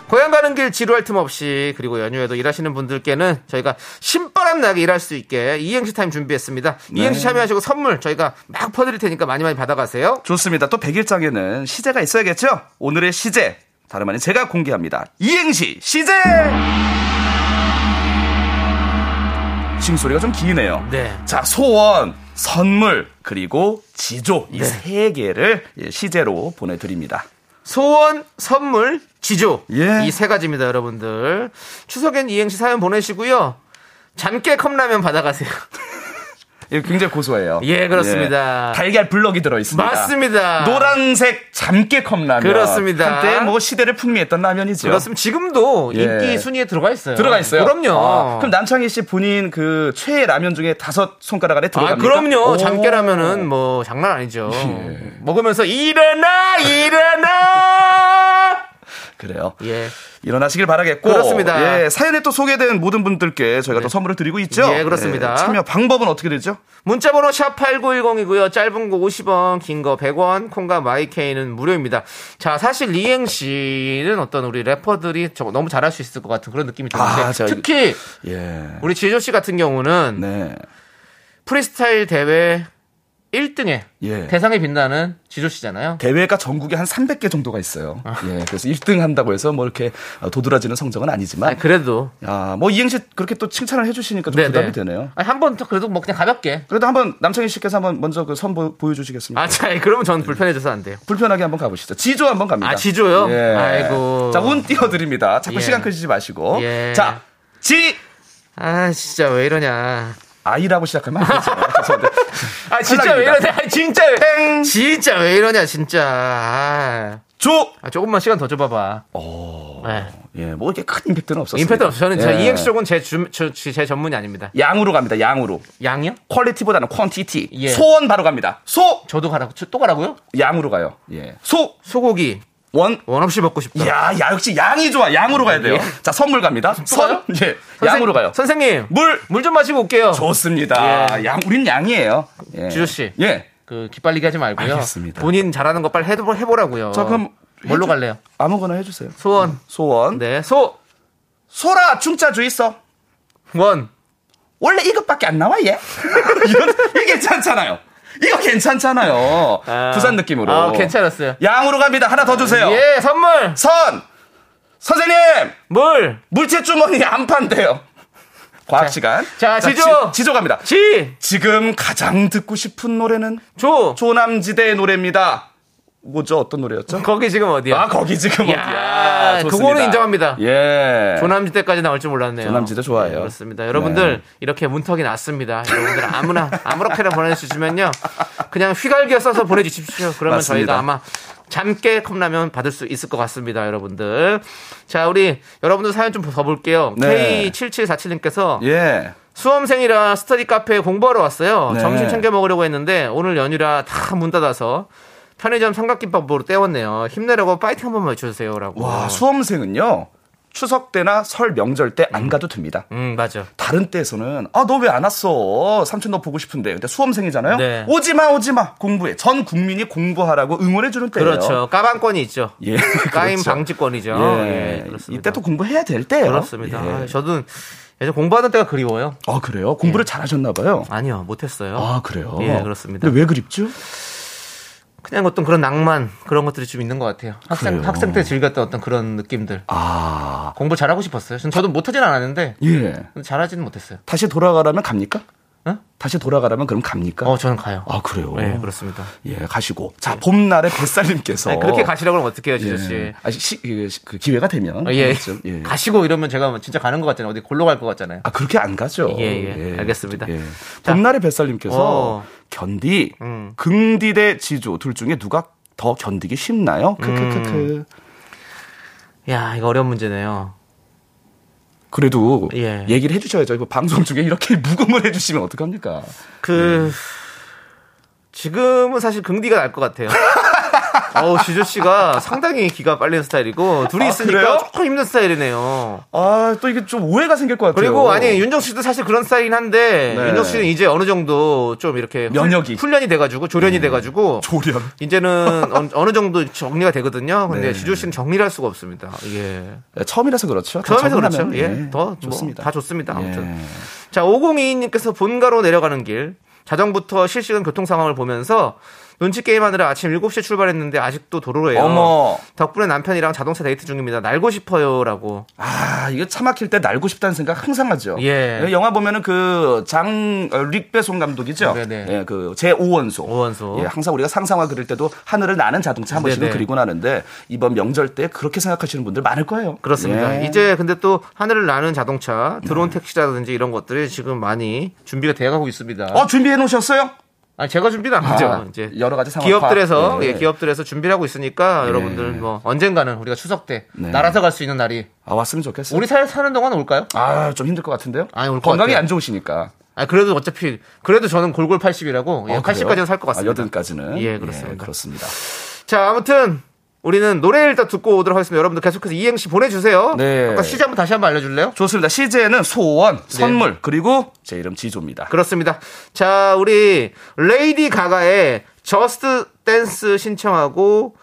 고향 가는 길 지루할 틈 없이 그리고 연휴에도 일하시는 분들께는 저희가 신바람 나게 일할 수 있게 이행시 타임 준비했습니다. 이행시 참여하시고 선물 저희가 막 퍼드릴 테니까 많이 많이 받아가세요.
좋습니다. 또 100일장에는 시제가 있어야겠죠? 오늘의 시제. 다름 아닌 제가 공개합니다. 이행시 시제! 지금 소리가 좀 기네요.
네.
자, 소원, 선물, 그리고 지조
네.
이 세 개를 예, 시제로 보내드립니다.
소원, 선물, 지조
예.
이 세 가지입니다, 여러분들. 추석엔 이행시 사연 보내시고요. 잠깨 컵라면
[laughs]
받아가세요.
예, 굉장히 고소해요.
예, 그렇습니다.
예, 달걀 블럭이 들어있습니다.
맞습니다.
노란색 잠깨컵 라면.
그렇습니다.
한때 뭐 시대를 풍미했던 라면이죠.
그렇습니다. 지금도
예.
인기 순위에 들어가 있어요.
들어가 있어요.
그럼요.
아, 그럼 남창희 씨 본인 그 최애 라면 중에 다섯 손가락 안에
아,
들어갑니까?
그럼요.
오. 예.
잠깨라면은 뭐 장난 아니죠. 먹으면서 일어나, 일어나.
그래요.
예.
일어나시길 바라겠고.
그렇습니다.
예, 사연에 또 소개된 모든 분들께 저희가 또 선물을 드리고 있죠.
예, 그렇습니다.
예, 참여 방법은 어떻게 되죠?
문자번호 샵 8910이고요. 짧은 거 50원, 긴 거 100원, 콩과 마이케이는 무료입니다. 자, 사실 리행 씨는 어떤 우리 래퍼들이 저거 너무 잘할 수 있을 것 같은 그런 느낌이 드는데
아, 저-
특히
예.
우리 지조 씨 같은 경우는
네.
프리스타일 대회 1등에
예.
대상에 빛나는 지조 씨잖아요.
대회가 전국에 한 300개 정도가 있어요.
아.
예, 그래서 1등 한다고 해서 뭐 이렇게 도드라지는 성적은 아니지만
아니, 그래도
아, 뭐 이행시 그렇게 또 칭찬을 해주시니까 좀 부담이 되네요.
한번 더 그래도 뭐 그냥 가볍게.
그래도 한번 남창희 씨께서 한번 먼저 그 선 보여주시겠습니까?
아, 자, 그러면 저는 불편해져서 안 돼요.
불편하게 한번 가보시죠. 지조 한번 갑니다.
아, 지조요?
예.
아이고.
자, 운 띄워드립니다. 자꾸
예.
시간 끄시지 마시고.
예.
자, 지!
아, 진짜 왜 이러냐.
아이라고 시작하면 안 되죠.
[laughs]
죄송한데.
아, 진짜 왜
탈락입니다.
이러냐. 아, 진짜 왜.
땡!
진짜 왜 이러냐, 진짜. 아,
조!
아, 조금만 시간 더 줘봐봐. 네.
예, 뭐 이렇게 큰 임팩트는 없었어요.
임팩트 없어. 저는
네.
제 EX 쪽은 제, 주, 저- 제 전문이 아닙니다.
양으로 갑니다, 양으로.
양이요?
퀄리티보다는 퀀티티.
예.
소원 바로 갑니다. 소!
저도 가라고. 저- 또 가라고요?
양으로 가요. 예. 소!
소고기.
원!
원 없이 먹고 싶다.
야, 야, 역시 양이 좋아. 양으로 가야 돼요. 자, 선물 갑니다. 선!
예. 가요?
예.
선생-
양으로 가요. 뭐?
선생님.
물!
물 좀 마시고 올게요.
좋습니다. 양, 우린 양이에요. 예.
예. 지조 씨.
예.
그, 기빨리게 하지 말고요.
알겠습니다.
본인 잘하는 거 빨리 해보, 해보라고요.
자, 그럼
뭘로
해주-
갈래요?
아무거나 해주세요.
소원.
어, 소원.
네, 소.
소라 중자 주 있어.
원.
원래 이것밖에 안 나와 얘. [laughs] 이런 이게 괜찮잖아요. 이거 괜찮잖아요.
아.
부산 느낌으로.
아, 괜찮았어요.
양으로 갑니다. 하나 더 주세요.
예, 선물.
선 선생님
물.
물체 주머니 안 판대요. 과학 시간.
자, 지조.
지, 조 갑니다.
지.
지금 가장 듣고 싶은 노래는
조.
조남지대의 노래입니다. 뭐죠? 어떤 노래였죠?
거기 지금 어디야?
아 거기 지금
야,
어디야? 좋습니다.
그거는 인정합니다.
예.
네. 조남지 때까지 나올 줄 몰랐네요.
조남지대 좋아해요.
네, 그렇습니다. 여러분들 이렇게 문턱이 났습니다. 여러분들 아무나 아무렇게나 보내주시면요, 그냥 휘갈겨 써서 보내주십시오. 그러면
맞습니다.
저희가 아마 잠깨 컵라면 받을 수 있을 것 같습니다, 여러분들. 자, 우리 여러분들 사연 좀 더 볼게요.
네.
K7747님께서
예.
수험생이라 스터디 카페에 공부하러 왔어요.
네.
점심 챙겨 먹으려고 했는데 오늘 연휴라 다 문 닫아서 편의점 삼각김밥으로 때웠네요. 힘내라고 파이팅 한 번만 외쳐주세요라고.
와, 수험생은요. 추석 때나 설 명절 때 안 가도 됩니다.
음 맞아.
다른 때에서는 아 너 왜 안 왔어 삼촌 너 보고 싶은데 근데 수험생이잖아요
네.
오지마 오지마 공부해 전 국민이 공부하라고 응원해주는 때예요
그렇죠. 까방권이 있죠.
예 [laughs]
까임
그렇죠.
방지권이죠.
예,
예, 그렇습니다.
이때 또 공부해야 될 때예요
그렇습니다.
예.
아, 저도 예전 공부하던 때가 그리워요.
아 그래요 공부를 잘하셨나 봐요
예. 아니요, 못했어요.
아 그래요
예, 그렇습니다.
근데 왜 그립죠
그냥 어떤 그런 낭만 그런 것들이 좀 있는 것 같아요. 학생
그래요.
학생 때 즐겼던 어떤 그런 느낌들.
아
공부 잘하고 싶었어요. 전- 저도 못하진 않았는데
예.
잘하지는 못했어요.
다시 돌아가라면 갑니까
어?
다시 돌아가라면 그럼 갑니까
어, 저는 가요.
아 그래요
네, 그렇습니다.
예 가시고 자 봄날의 뱃살님께서
아니, 그렇게 가시라고 하면 어떡해요, 지조 씨.
예. 아, 시, 그, 시- 그 기회가 되면
어, 예.
좀, 예.
가시고 이러면 제가 진짜 가는 것 같잖아요. 어디 골로 갈 것 같잖아요.
아 그렇게 안 가죠.
예, 예. 알겠습니다. 자.
봄날의 뱃살님께서
어.
견디,
음.
긍디 대 지조 둘 중에 누가 더
음.
견디기 쉽나요? 크크크크.
야, 이거 어려운 문제네요.
그래도
예.
얘기를 해주셔야죠. 이거 방송 중에 이렇게 [laughs] 무금을 해주시면 어떡합니까?
그
네.
지금은 사실 긍디가 날 것
[laughs]
같아요. 어우 지조 씨가 상당히 기가 빨리는 스타일이고 둘이
아,
있으니까
그래요?
조금 힘든 스타일이네요.
아, 또 이게 좀 오해가 생길 것 같아요.
그리고 아니 윤정 씨도 사실 그런 스타일이긴 한데
네.
윤정 씨는 이제 어느 정도 좀 이렇게 훈-
면역이. 음.
훈련이 돼가지고 조련이 돼가지고
조련. [laughs]
이제는 어, 어느 정도 정리가 되거든요. 근데 지조 씨는 정리를 할 수가 없습니다. 예.
네, 처음이라서 그렇죠. 다
처음에서 그렇죠.
적응하면,
예. 더
좋습니다.
좋습니다. 다 좋습니다. 아무튼.
예.
자, 5022님께서 본가로 내려가는 길. 자정부터 실시간 교통 상황을 보면서 눈치 게임하느라 아침 7시에 출발했는데 아직도 도로예요.
어머.
덕분에 남편이랑 자동차 데이트 중입니다. 날고 싶어요라고.
아, 이거 차 막힐 때 날고 싶다는 생각 항상 하죠.
예.
영화 보면은 그 장 릭배송 감독이죠.
네네.
예, 그제 5원소.
오원소.
예, 항상 우리가 상상화 그릴 때도 하늘을 나는 자동차 한 번씩은
네네.
그리고 나는데 이번 명절 때 그렇게 생각하시는 분들 많을 거예요.
그렇습니다.
예. 네.
이제 근데 또 하늘을 나는 자동차, 드론 택시라든지 이런 것들이 지금 많이 준비가 되어 가고 있습니다.
어 준비해 놓으셨어요?
아니 제가 준비는 안 하죠.
아,
이제
여러 가지 상황
기업들에서
파악. 예.
예, 기업들에서 준비를 하고 있으니까 여러분들 뭐 언젠가는 우리가 추석 때
네.
날아서 갈 수 있는 날이
아 왔으면 좋겠어요.
우리 살 사는 동안 올까요?
아 좀 힘들 것 같은데요?
아니, 올것
건강이
같아요.
안 좋으시니까.
아 그래도 어차피 그래도 저는 골골 80이라고
어,
80까지는 살 것
그래요?
같습니다.
아, 여든까지는.
예, 그렇습니다.
그렇습니다.
자 아무튼 우리는 노래 일단 듣고 오도록 하겠습니다. 여러분들 계속해서 이행시 보내주세요.
네.
아까 시제 한번 다시 한번 알려줄래요?
좋습니다. 시제는 소원, 선물 그리고 제 이름 지조입니다.
네. 그렇습니다. 자 우리 레이디 가가의 저스트 댄스 신청하고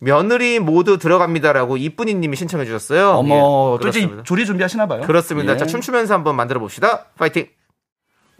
며느리 모두 들어갑니다라고 이쁜이님이 신청해 주셨어요.
어머,
예,
또 이제
그렇습니다.
조리 준비하시나 봐요.
그렇습니다.
예.
자, 춤추면서 한번 만들어 봅시다. 파이팅!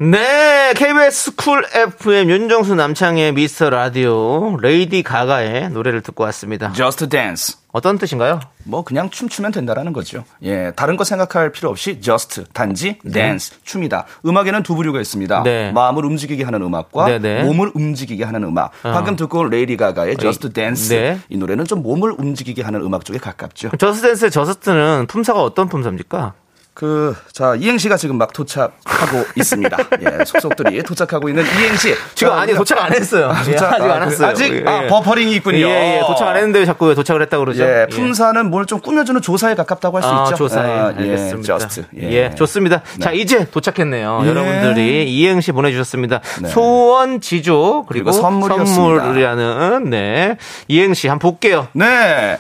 네, KBS 쿨 FM 윤정수 남창의 미스터 라디오 레이디 가가의 노래를 듣고 왔습니다.
Just Dance.
어떤 뜻인가요?
뭐 그냥 춤추면 된다라는 거죠. 예, 다른 거 생각할 필요 없이 Just 단지 Dance 춤이다. 음악에는 두 부류가 있습니다.
네.
마음을 움직이게 하는 음악과
네, 네.
몸을 움직이게 하는 음악. 방금 듣고 온 레이디 가가의 Just Dance
네.
이 노래는 좀 몸을 움직이게 하는 음악
[laughs]
쪽에 가깝죠.
저스댄스의 저스트는 품사가 어떤 품사입니까?
그 자 이행시가 지금
[laughs]
막 도착하고 있습니다. 예, 속속들이 도착하고 있는 이행시.
지금
자,
아니 도착 안 했어요.
아,
예,
도착
아직
아,
안
그-
왔어요.
아직
예,
아,
예.
버퍼링이 있군요.
예, 예, 도착 안 했는데 왜 자꾸 왜 도착을 했다고 그러죠?
예, 품사는 뭘 좀 꾸며주는 조사에 가깝다고 할 수
아,
있죠.
조사에
아, 예,
알겠습니다.
just.
예. 좋습니다. 자, 이제 도착했네요.
예. 네.
여러분들이 이행시 보내주셨습니다. 소원, 지조, 그리고,
그리고 선물이었습니다.
선물이라는, 네. 이행시 한번 볼게요.
네.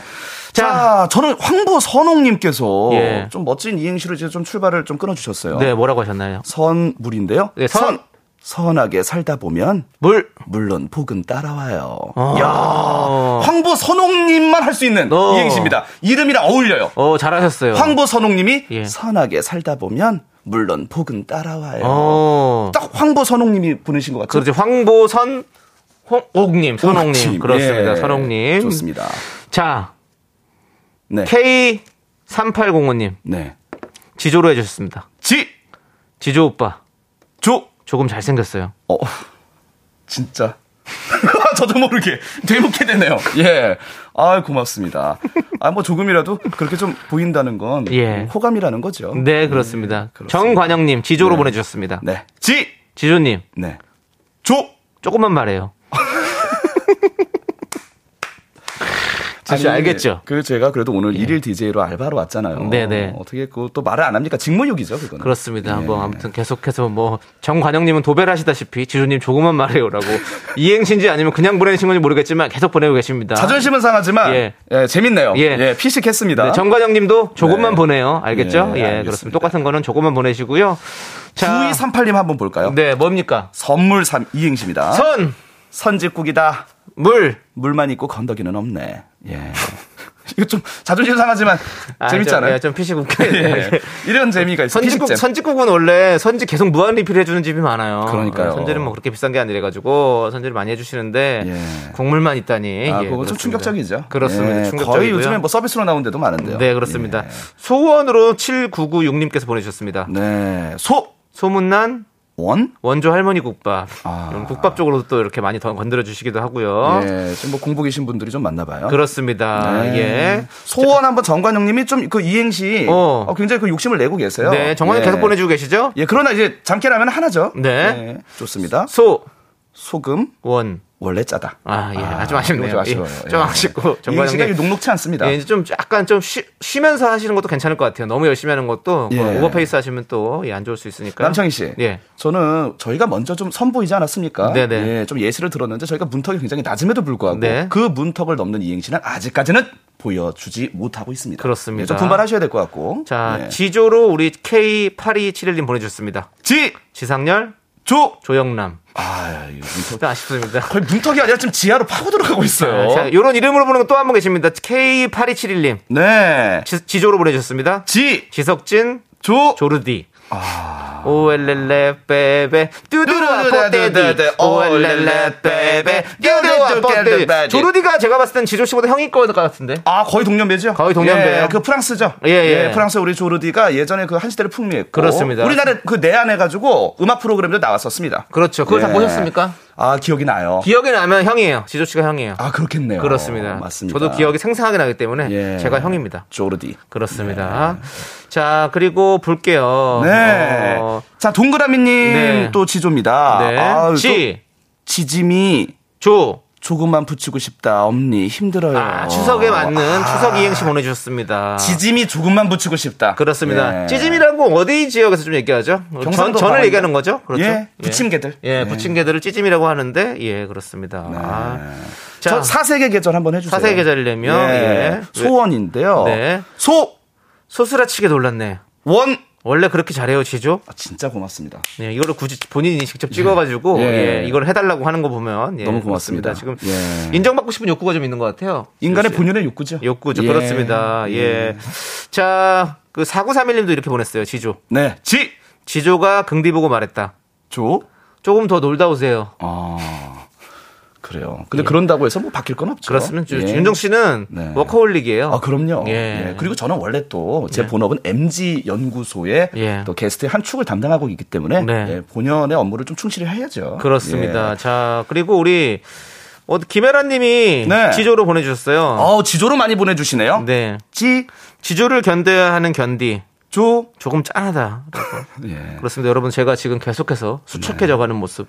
자, 저는 황보 선홍님께서
예.
좀 멋진 이행시로 이제 좀 출발을 좀 끊어주셨어요.
네, 뭐라고 하셨나요?
선물인데요.
네, 선.
선하게 살다 보면
물.
물론 복은 따라와요. 아.
어,
황보 선홍님만 할 수 있는
어.
이행시입니다. 이름이랑 어울려요.
어, 잘하셨어요.
황보 선홍님이
예.
선하게 살다 보면 물론 복은 따라와요.
어. 그렇죠.
딱 황보 선홍님이 보내신 것 같아요.
그렇지. 황보선, 홍, 옥님, 선홍님. 그렇습니다.
예.
선홍님.
좋습니다.
자,
네.
K3805님.
네.
지조로 해주셨습니다.
지,
지조 오빠,
조,
조금 잘생겼어요.
어, 진짜. [laughs] 저도 모르게 되묻게 되네요. 예. 아, 고맙습니다. 아, 뭐 조금이라도 그렇게 좀 보인다는 건
예.
호감이라는 거죠.
네, 그렇습니다.
그렇습니다.
정관영님, 지조로
네.
보내주셨습니다.
네. 지,
지조님,
네. 조.
조금만
[laughs]
말해요. 진짜
아니,
알겠죠? 예.
그 제가 그래도 오늘 일일 DJ로 알바로 왔잖아요.
네네.
어떻게 그 또 말을 안 합니까? 직무유기죠, 그거는.
그렇습니다.
예.
뭐 아무튼 계속해서 뭐 정관영님은 도배를 하시다시피 지조님 조금만
[laughs]
말해요라고 이행신지 아니면 그냥 보내신 건지 모르겠지만 계속 보내고 계십니다.
자존심은 상하지만
예.
예. 재밌네요.
예.
예. 피식했습니다.
네, 정관영님도 조금만
네.
보내요. 알겠죠?
예,
예,
알겠습니다.
그렇습니다. 똑같은 거는 조금만 보내시고요. 자,
9238님 한번 볼까요?
네, 뭡니까?
선물 삼 이행시입니다.
선,
선집국이다.
물,
물만 있고 건더기는 없네. 예. [laughs] 이거 좀 자존심 상하지만
아, 좀,
재밌잖아요.
예, 좀 [laughs] 피식
[laughs]
웃겨.
예. 이런 재미가 있어요.
선지국
피식잼.
선지국은 원래 선지 계속 무한 리필해 주는 집이 많아요.
그러니까요.
선지는 뭐 그렇게 비싼 게 아니래 가지고 선지를 많이 해주시는데
예.
국물만 있다니.
아,
예,
그거 좀
그렇습니다.
충격적이죠.
그렇습니다.
예,
충격적이고요.
거의 요즘에 뭐 서비스로 나온 데도 많은데요.
네 그렇습니다.
예.
소원으로 7996님께서 보내주셨습니다.
네. 소,
소문난
원.
원조 할머니 국밥.
아.
이런 국밥 쪽으로도 또 이렇게 많이 더 건드려 주시기도 하고요.
예. 지금 뭐 공부 계신 분들이 좀 많나 봐요.
어? 그렇습니다.
네.
예.
소원 한번 정관영 님이 좀 그 이행시
어.
어, 굉장히 그 욕심을 내고 계세요.
네 정관님
예.
계속 보내주고 네. 계시죠?
예, 그러나 이제 잠깨라면 하나죠.
네.
예, 좋습니다.
소원
소금, 원래 짜다.
아, 예. 아, 좀 아쉽네요.
이거 좀 아쉬워요.
예, 좀 아쉽고,
이
정관장님.
시간이 녹록치 않습니다.
예, 이제 좀 약간 좀 쉬, 쉬면서 하시는 것도 괜찮을 것 같아요. 너무 열심히 하는 것도
예.
뭐 오버페이스 하시면 또 예, 안 좋을 수 있으니까.
남창희 씨.
예.
저는 저희가 먼저 좀 선보이지 않았습니까?
네네.
예, 좀 예시를 들었는데 저희가 문턱이 굉장히 낮음에도 불구하고
네.
그 문턱을 넘는 이행시는 아직까지는 보여주지 못하고 있습니다.
그렇습니다.
예, 좀 분발하셔야 될 것 같고.
자,
예.
지조로 우리 K8271님 보내주셨습니다.
지,
지상열,
조.
조영남.
아, 이거 문턱.
아쉽습니다.
거의 문턱이 아니라 지금 지하로 파고 들어가고 있어요.
아, 자, 요런 이름으로 보는 또 한 분 계십니다. K8271님.
네.
지, 조로 보내주셨습니다.
지,
지석진,
조.
조르디. 오엘렐레 빼베 아. 뚜두루와 뽀떼디 오엘렐레 빼베 뚜두루와 뽀떼디 조르디가 제가 봤을 땐 지조씨보다 형인 것 같은데
아, 거의 동년배죠?
거의 동년배예요.
예, 그 프랑스죠?
예, 예.
프랑스 우리 조르디가 예전에 그 한시대를 풍미했고.
그렇습니다.
우리나라 그 내한해가지고 음악 프로그램도 나왔었습니다.
그렇죠 그걸 다
예.
보셨습니까?
아, 기억이 나요.
기억이 나면 형이에요 지조씨가 형이에요
아, 그렇겠네요.
그렇습니다
맞습니다.
저도 기억이 생생하게 나기 때문에
예.
제가 형입니다
조르디.
그렇습니다 자 그리고 볼게요
네.
어,
자, 동그라미님
네.
또 지조입니다.
네.
아유, 또
지,
지짐이
조
조금만 붙이고 싶다. 엄니 힘들어요.
아, 추석에 맞는 추석 이행시 보내주셨습니다
지짐이 조금만 붙이고 싶다.
그렇습니다.
예.
찌짐이라고 어디 지역에서 좀 얘기하죠? 전,
경상도
전을
방언.
얘기하는 거죠? 그렇죠.
예, 부침개들.
예, 부침개들을 찌짐이라고 하는데, 예, 그렇습니다. 아. 자,
저 사색의 계절 한번 해주세요. 네.
사색의 계절이라며, 예.
소원인데요.
네.
소,
소스라치게 놀랐네.
원.
원래 그렇게 잘해요, 지조?
아, 진짜 고맙습니다.
네, 이거를 굳이 본인이 직접 찍어가지고,
예.
예, 이걸 해달라고 하는 거 보면, 예,
너무 고맙습니다.
그렇습니다. 지금
예.
인정받고 싶은 욕구가 좀 있는 것 같아요.
인간의
글쎄요.
본연의 욕구죠.
욕구죠.
예.
그렇습니다. 예. 자, 그 4931님도 이렇게 보냈어요, 지조.
네. 지,
지조가 긍디 보고 말했다.
조.
조금 더 놀다 오세요.
아, 그래요. 근데 그런다고 해서 뭐 바뀔 건 없죠.
예. 그렇습니다.
예.
윤정 씨는
네.
워커홀릭이에요.
아, 그럼요.
예. 네.
예. 그리고 저는 원래 또 제 본업은 MG 연구소의
예.
또 게스트의 한 축을 담당하고 있기 때문에
네.
예, 본연의 업무를 좀 충실히 해야죠.
렇습니다
예.
자, 그리고 우리 어, 김혜란님이
네.
지조로 보내주셨어요.
어, 지조로 많이 보내주시네요.
네.
지,
지조를 견뎌야 하는 견디.
조.
조금 짠하다.
예.
네. 그렇습니다. 여러분, 제가 지금 계속해서 수척해져가는 모습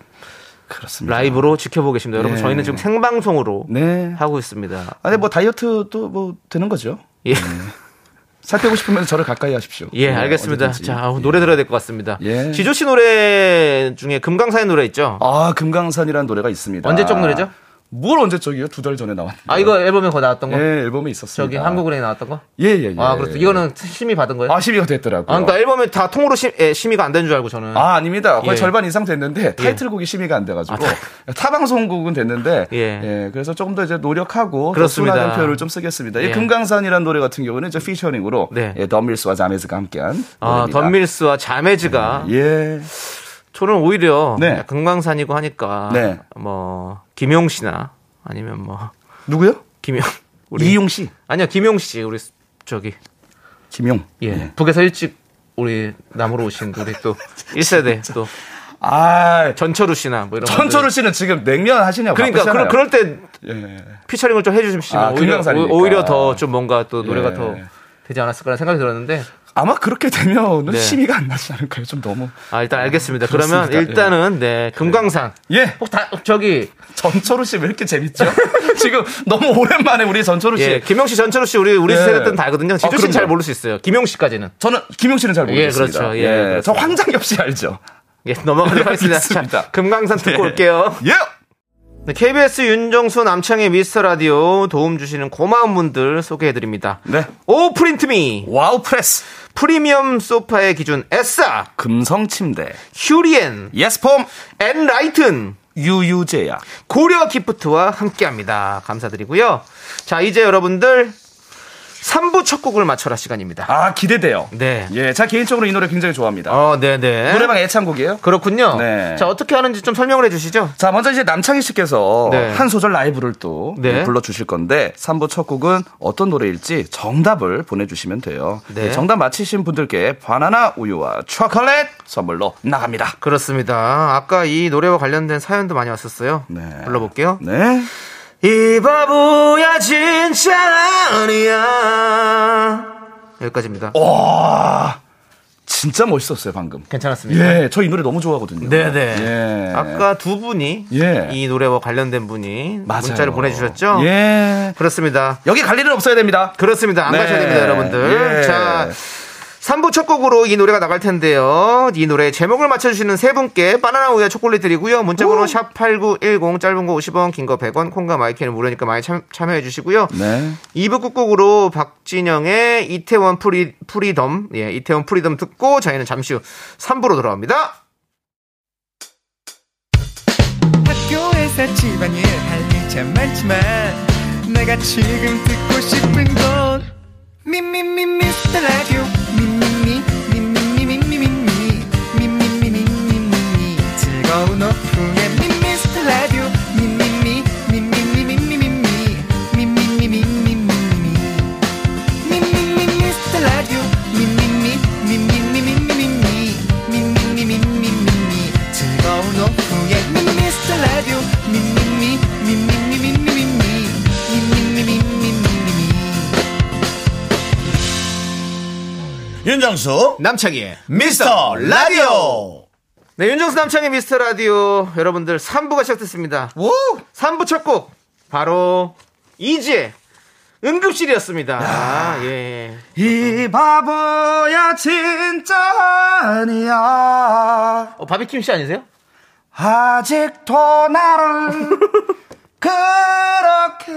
그렇습니다.
라이브로 지켜보고 계십니다. 여러분,
네.
저희는 지금 생방송으로
네.
하고 있습니다.
아니 뭐 다이어트도 뭐 되는 거죠. 음.
예,
살 빼고 싶으면 저를 가까이 하십시오.
예,
네,
알겠습니다.
언제든지.
자, 어, 노래 들어야 될 것 같습니다.
예.
지조 씨 노래 중에 금강사의 노래 있죠?
아 금강산이라는 노래가 있습니다.
언제적 노래죠?
뭘 언제적이요? 두 달 전에 나왔.
아, 이거 앨범에 그거 나왔던
예,
거?
앨범에 있었어요.
저기 한국은행에 나왔던 거?
예예 예.
아, 그렇죠. 이거는 심의 받은 거예요?
아 심의가 됐더라고요.
아, 그러니까 앨범에 다 통으로 심, 예, 심의가 안 된 줄 알고 저는.
아, 닙니다 거의
예. 아,
절반 이상 됐는데 타이틀곡이 심의가 안 돼가지고 타방송국은 됐는데
예.
예. 그래서 조금 더 이제 노력하고
그렇습니다.
순화된 표현을 좀 쓰겠습니다.
예.
이 금강산이라는 노래 같은 경우는 이제 피처링으로
네.
예, 덤밀스와 자매즈가 함께한
아,
노래입니다.
덤밀스와 자매즈가
예.
저는 오히려
네.
금강산이고 하니까
네.
뭐 김용 씨나 아니면 뭐
누구요?
김용 우리
이용 씨,
아니요 김용 씨 우리 저기
김용.
예 북에서 일찍 우리 남으로 오신 우리
[laughs]
또 1세대 또
아,
전철우 씨나 뭐 이런
천철우
분들.
씨는 지금 냉면 하시냐고.
그러니까 그럴,
바쁘잖아요.
그럴 때
예.
피처링을 좀 해주시면
아,
오히려
금강산이니까.
오히려 더 좀 뭔가 또 노래가
예.
더 되지 않았을까라는 생각이 들었는데
아마 그렇게 되면 은
네.
심의가 안 나지 않을까요? 좀 너무.
아 일단 알겠습니다.
네, 그렇습니다.
그러면 일단은 네 금강산
예.
혹 다 저기
전철우 씨 왜
[laughs]
이렇게 재밌죠? 지금 너무 오랜만에 우리 전철우 씨.
예 김영 씨, 전철우 씨 우리 우리
예.
세대 때는 다 알거든요. 지조
아,
씨는 잘
그럼요.
모를 수 있어요. 김영 씨까지는
저는 김용 씨는 잘
예,
모르겠습니다.
그렇죠. 예, 그렇죠.
저 황장엽 씨 알죠?
예
[laughs]
넘어가도록 하겠습니다.
알겠습니다.
자, 금강산 듣고 올게요.
예.
네, KBS 윤정수 남창의 미스터 라디오 도움 주시는 고마운 분들 소개해드립니다.
네.
오 프린트미
와우 프레스.
프리미엄 소파의 기준 에싸
금성 침대.
휴리엔
예스폼.
엔라이튼
유유제야.
고려 기프트와 함께합니다. 감사드리고요. 자 이제 여러분들 3부 첫 곡을 맞춰라 시간입니다.
아, 기대돼요.
네.
예. 자, 개인적으로 이 노래 굉장히 좋아합니다.
어, 네네.
노래방 애창곡이에요?
그렇군요.
네.
자, 어떻게 하는지 좀 설명을 해주시죠.
자, 먼저 이제 남창희 씨께서
네.
한 소절 라이브를 또
네.
불러주실 건데, 3부 첫 곡은 어떤 노래일지 정답을 보내주시면 돼요.
네.
네, 정답 맞히신 분들께 바나나 우유와 초콜릿 선물로 나갑니다.
그렇습니다. 아까 이 노래와 관련된 사연도 많이 왔었어요.
네.
불러볼게요.
네.
이 바보야
어,
진짜 아니야. 여기까지입니다.
와, 진짜 멋있었어요 방금.
괜찮았습니다.
예, 저 이 노래 너무 좋아하거든요.
네네.
예.
아까 두 분이
예.
이 노래와 관련된 분이
맞아요.
문자를 보내주셨죠?
예.
그렇습니다.
여기 갈 일은 없어야 됩니다.
그렇습니다. 안
네.
가셔야 됩니다, 여러분들.
예.
자. 3부 첫 곡으로 이 노래가 나갈 텐데요. 이 노래 제목을 맞춰주시는 세 분께 바나나 우유와 초콜릿 드리고요. 문자번호 샵8910 짧은 거 50원, 긴 거 100원, 콩과 마이크는 무료니까 많이 참, 참여해 주시고요.
네.
2부 끝곡으로 박진영의 이태원 프리, 프리덤, 예, 이태원 프리덤 듣고 저희는 잠시 후 3부로 돌아옵니다.
학교에서 집안일 할 일 참 많지만 내가 지금 듣고 싶은 건 미미미 미스터 라디오 미미미 미미미 미미미 미미미 미미미 즐거운 오후에 미스터 라디오 미미미 미미미 미미미 미미미 미미미 미미미 미스터 라디오 미미미 미미미 미미미 미미미 미미미 즐거운 오후에 미스터 라디오 미미미 미미미 미미미 미미미 미미미
윤정수
남창희의
미스터 라디오
네, 윤정수 남창희 미스터 라디오 여러분들 3부가 시작됐습니다.
오
3부 첫 곡 바로 이지의 응급실이었습니다. 아, 예.
이 바보야 진짜 아니야
어, 바비킴 씨 아니세요?
아직도 [laughs] 나를 그렇게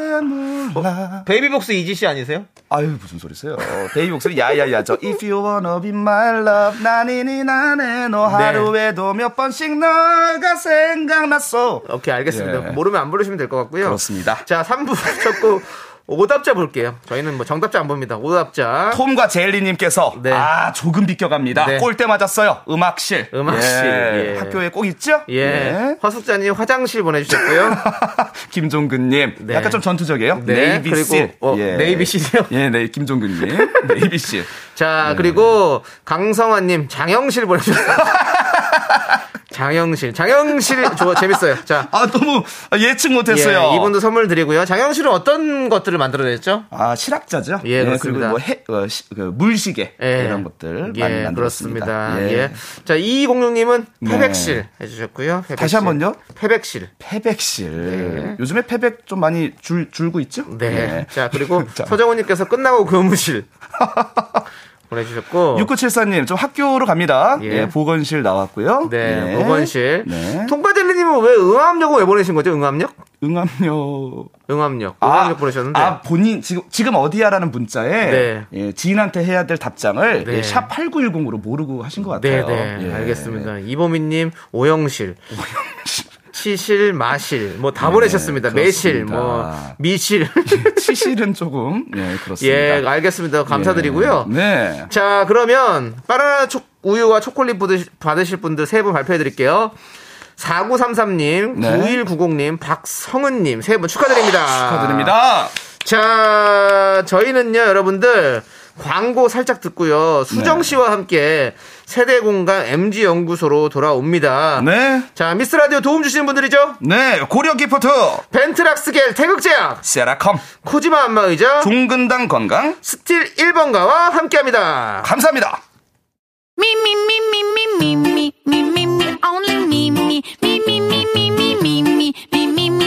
몰라
베이비복스 이지 씨 아니세요?
어? 아유 무슨 소리세요 데이 목소리 야야야 저 If you wanna be my love 난이니 나네 너
네.
하루에도 몇 번씩 너가 생각났어
오케이, 알겠습니다.
예.
모르면 안 부르시면 될 것 같고요.
그렇습니다.
자, 3부 첫 곡 오답자 볼게요. 저희는 뭐 정답자 안 봅니다. 오답자.
톰과 젤리님께서
네.
아 조금 비껴갑니다
네.
골대 맞았어요 음악실
음악실,
예.
예.
학교에 꼭 있죠
예.
네.
화숙자님 화장실 보내주셨고요.
[laughs] 김종근님
네.
약간 좀 전투적이에요.
네,
[laughs] 네이비실.
그리고, 어, 네이비실이요?
예, 네, [laughs] 김종근님 네이비실.
자, 그리고 강성환님 장영실
[laughs]
보내주셨어요. 장영실, 장영실 좋아 재밌어요. 자,
아 너무 예측 못했어요.
예, 이분도 선물 드리고요. 장영실은 어떤 것들을 만들어냈죠?
아 실학자죠.
예, 그렇습니다.
그리고 뭐 해, 어, 시- 그 물시계
예.
이런 것들
예,
많이
그렇습니다.
만들었습니다.
예. 자, 이공룡님은
네.
패백실 해주셨고요. 패백실.
다시 한 번요?
패백실.
패백실.
네.
요즘에 패백 좀 많이 줄 줄고 있죠?
네.
예.
자, 그리고
[laughs] 자.
서정훈님께서 끝나고
[laughs]
교무실 보내주셨고.
6974님, 좀 학교로 갑니다.
예.
예, 보건실 나왔고요.
네,
예.
보건실.
네.
통과젤리님은 왜 응암역을 왜 보내신 거죠? 응암역?
응암역
응암역.
아,
응암역 보내셨는데.
아, 본인 지금 지금 어디야라는 문자에
네.
예, 지인한테 해야 될 답장을
네.
예, 샵 8910으로 모르고 하신 것 같아요.
네네
예.
알겠습니다. 이보미님 오영실, 치실 마실 뭐 다 보내셨습니다. 매실
네, 그렇습니다.
뭐
[laughs]
미실
치실은 조금 예 그렇습니다.
예 알겠습니다. 감사드리고요.
예. 네.
자 그러면 바나나 초, 우유와 초콜릿 받으실, 받으실 분들 세 분 발표해 드릴게요. 4933님,
네.
9190님, 박성은님 세 분 축하드립니다.
축하드립니다.
자, 저희는요, 여러분들 광고 살짝 듣고요. 수정
네.
씨와 함께 세대 공간 MG 연구소로 돌아옵니다.
네.
자, 미스 라디오 도움 주시는 분들이죠.
네. 고려 기포트
벤트락스겔 태극제약,
세라컴
코지마 안마의자,
종근당 건강
스틸 1번가와 함께합니다.
감사합니다.
Me, me, me, me, me, me, me, me, me, me, only me, me, me, me, me, me, me, me, me, me, me, me,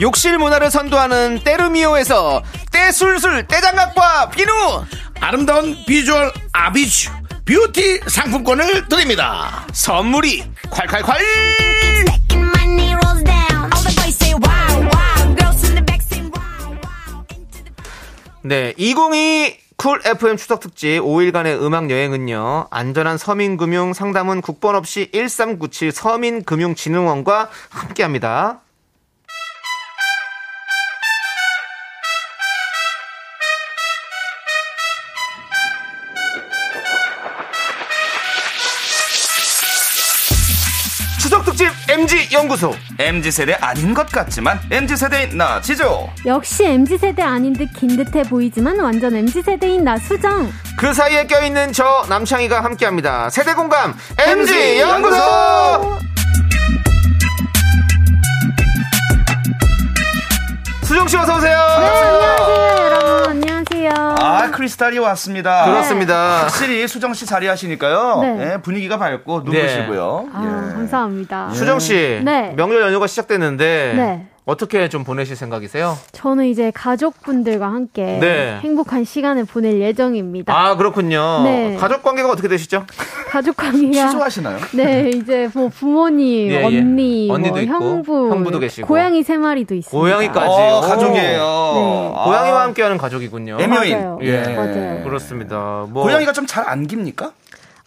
욕실 문화를 선도하는 때르미오에서 때술술 때장갑과 비누
아름다운 비주얼 아비쥬 뷰티 상품권을 드립니다
선물이 콸콸콸
Second money rolls down. All the boys say wow, wow. Girls in the back say wow, wow. Into the
네, 2022 쿨 FM 추석 특집 5일간의 음악 여행은요. 안전한 서민 금융 상담은 국번 없이 1397 서민금융진흥원과 함께합니다. MG 연구소.
MZ 세대 아닌 것 같지만 MZ 세대인 나 지조.
역시 MZ세대 아닌 듯 긴 듯해 보이지만 완전 MZ세대인 나 수정.
그 사이에 껴있는 저 남창희가 함께합니다. 세대 공감 MG 연구소. 수정 씨 어서 오세요. 아.
안녕하세요, 네, 여러분. 안녕하세요.
아 크리스탈이 왔습니다.
그렇습니다.
확실히 수정 씨 자리하시니까요.
네.
예, 분위기가 밝고 누구시고요.
아, 감사합니다.
예. 수정 씨
네.
명절 연휴가 시작됐는데
네.
어떻게 좀 보내실 생각이세요?
저는 이제 가족분들과 함께
네.
행복한 시간을 보낼 예정입니다.
아 그렇군요.
네.
가족 관계가 어떻게 되시죠?
가족 관계가
예. 취소하시나요?
네, 이제 뭐 부모님,
예, 예.
언니, 뭐
언니도 있고,
형부,
형부도 계시고.
고양이 세 마리도
아,
있습니다.
고양이까지.
어,
오.
가족이에요.
네.
아.
고양이와 함께하는 가족이군요.
애묘인.
맞아요.
예.
맞아요.
그렇습니다. 뭐
고양이가 좀 잘 안깁니까?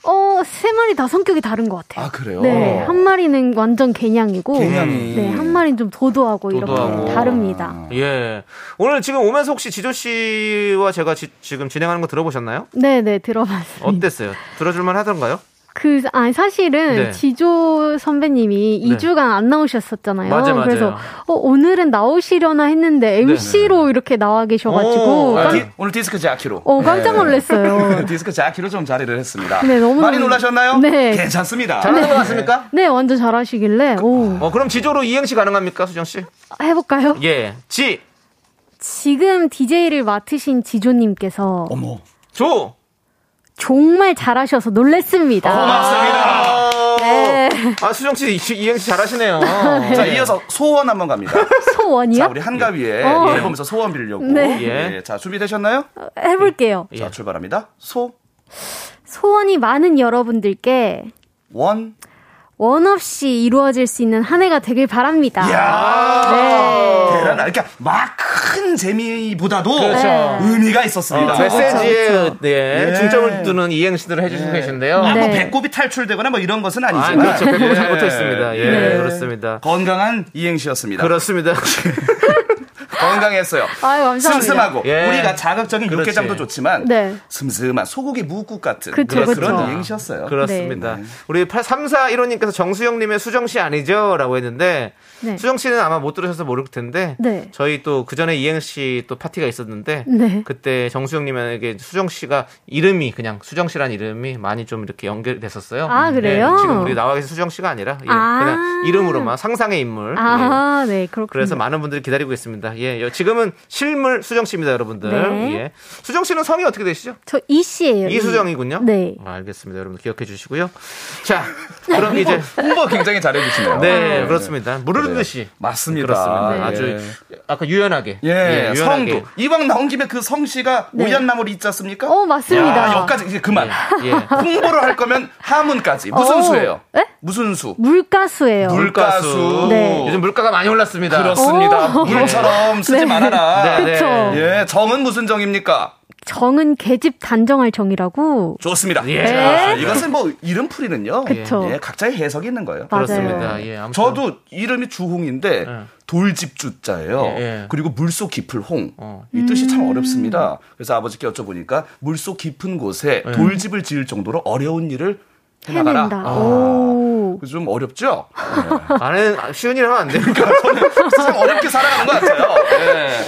어, 세 마리 다 성격이 다른 것 같아요.
아, 그래요?
네, 한 마리는 완전 개냥이고,
개냥이.
네, 한 마리는 좀 도도하고,
도도하고.
이렇게 다릅니다.
예. 오늘 지금 오면서 혹시 지조 씨와 제가 지, 지금 진행하는 거 들어보셨나요?
네, 네, 들어봤습니다.
어땠어요? 들어줄만 하던가요?
그, 아니, 사실은
네.
지조 선배님이
네.
2주간 안 나오셨었잖아요.
맞아, 맞아요. 네,
그래서, 어, 오늘은 나오시려나 했는데, MC로 이렇게 나와 계셔가지고,
오,
깜,
아, 디- 오늘 디스크 자키로.
어, 깜짝 놀랐어요.
디스크 자키로 좀 자리를 했습니다.
네, 너무너무-
많이 놀라셨나요?
네.
괜찮습니다.
잘하는 것 같습니까?
네, 완전 잘하시길래, 오,
어, 그럼 지조로 이행시 가능합니까, 수정 씨?
해볼까요?
예. 지,
지금 DJ를 맡으신 지조님께서
어머.
조.
정말 잘하셔서 놀랬습니다. 네.
아, 수정 씨 이- 이행시 잘하시네요.
자, 이어서 소원 한번 갑니다.
소원이요?
자, 우리 한가위에 예,
어.
앨범에서 소원 빌려고.
네.
예.
예, 자, 준비되셨나요?
해볼게요.
예.
자, 출발합니다. 소,
소원이 많은 여러분들께
원.
원 없이 이루어질 수 있는 한 해가 되길 바랍니다. 네.
대단하다. 그러니까 막 큰 재미보다도
그렇죠.
의미가 있었습니다.
어, 메시지에 예,
예.
중점을 두는 이행시들을 해주시고 계신데요.
아, 뭐
네.
배꼽이 탈출되거나 뭐 이런 것은
아,
아니지만
그렇죠. 배꼽이 잘
예.
붙어 있습니다. 예,
예.
그렇습니다.
건강한 이행시였습니다.
그렇습니다.
건강했어요.
아유, 감사합니다.
슴슴하고
예.
우리가 자극적인
그렇지.
육개장도 좋지만
네.
슴슴한 소고기 무국 같은
그쵸,
그런-
그쵸.
그런 이행시였어요.
그렇습니다.
네.
우리 8415님께서 정수영님의 수정씨 아니죠? 라고 했는데,
네.
수정씨는 아마 못 들으셔서 모를 텐데,
네.
저희 또 그 전에 이행씨 또 파티가 있었는데,
네.
그때 정수영님에게 수정씨가 이름이 그냥 수정씨란 이름이 많이 좀 이렇게 연결됐었어요.
아, 그래요?
네, 지금 우리 나와 계신 수정씨가 아니라, 예,
아.
그냥 이름으로만 상상의 인물. 예.
아, 네, 그렇군요.
그래서 많은 분들이 기다리고 있습니다. 예, 여- 지금은 실물 수정 씨입니다, 여러분들.
네.
예. 수정 씨는 성이 어떻게 되시죠?
저 이씨예요.
이수정이군요.
음. 네.
아, 알겠습니다. 여러분 기억해 주시고요. 자, 그럼
[laughs]
이제
홍보 굉장히 잘해주시네요.
네, 그렇습니다. 무르른 듯이
맞습니다.
그렇습니다.
네.
아주 아까 유연하게.
예,
유연하게.
성도. 이왕 나온 김에 그 성씨가
네.
오얏나물 있지 않습니까?
어, 맞습니다.
야, 여기까지 이제 그만.
예. 예.
[laughs] 홍보를 할 거면 하문까지. 무슨
어.
수예요?
에?
무슨 수?
물가수예요.
물가수.
네.
요즘 물가가 많이 올랐습니다.
그렇습니다. 물처럼 쓰지
네.
말아라.
[laughs]
네, 네.
그쵸.
예, 정은 무슨 정입니까?
정은 계집 단정할 정이라고.
좋습니다.
예.
자,
네.
이것은 뭐 이름풀이는요.
그쵸.
예, 각자의 해석이 있는 거예요.
맞아요.
그렇습니다. 예. 아무튼.
저도 이름이 주홍인데 돌집 주자예요.
예, 예.
그리고 물속 깊을 홍. 이 뜻이 참 어렵습니다. 그래서 아버지께 여쭤보니까 물속 깊은 곳에 돌집을 지을 정도로 어려운 일을 해나가라.
해낸다.
아,
오.
그거 좀 어렵죠?
나는 아, 쉬운 일 하면 안 돼요.
그러니까 참 어렵게 살아가는 것 같아요.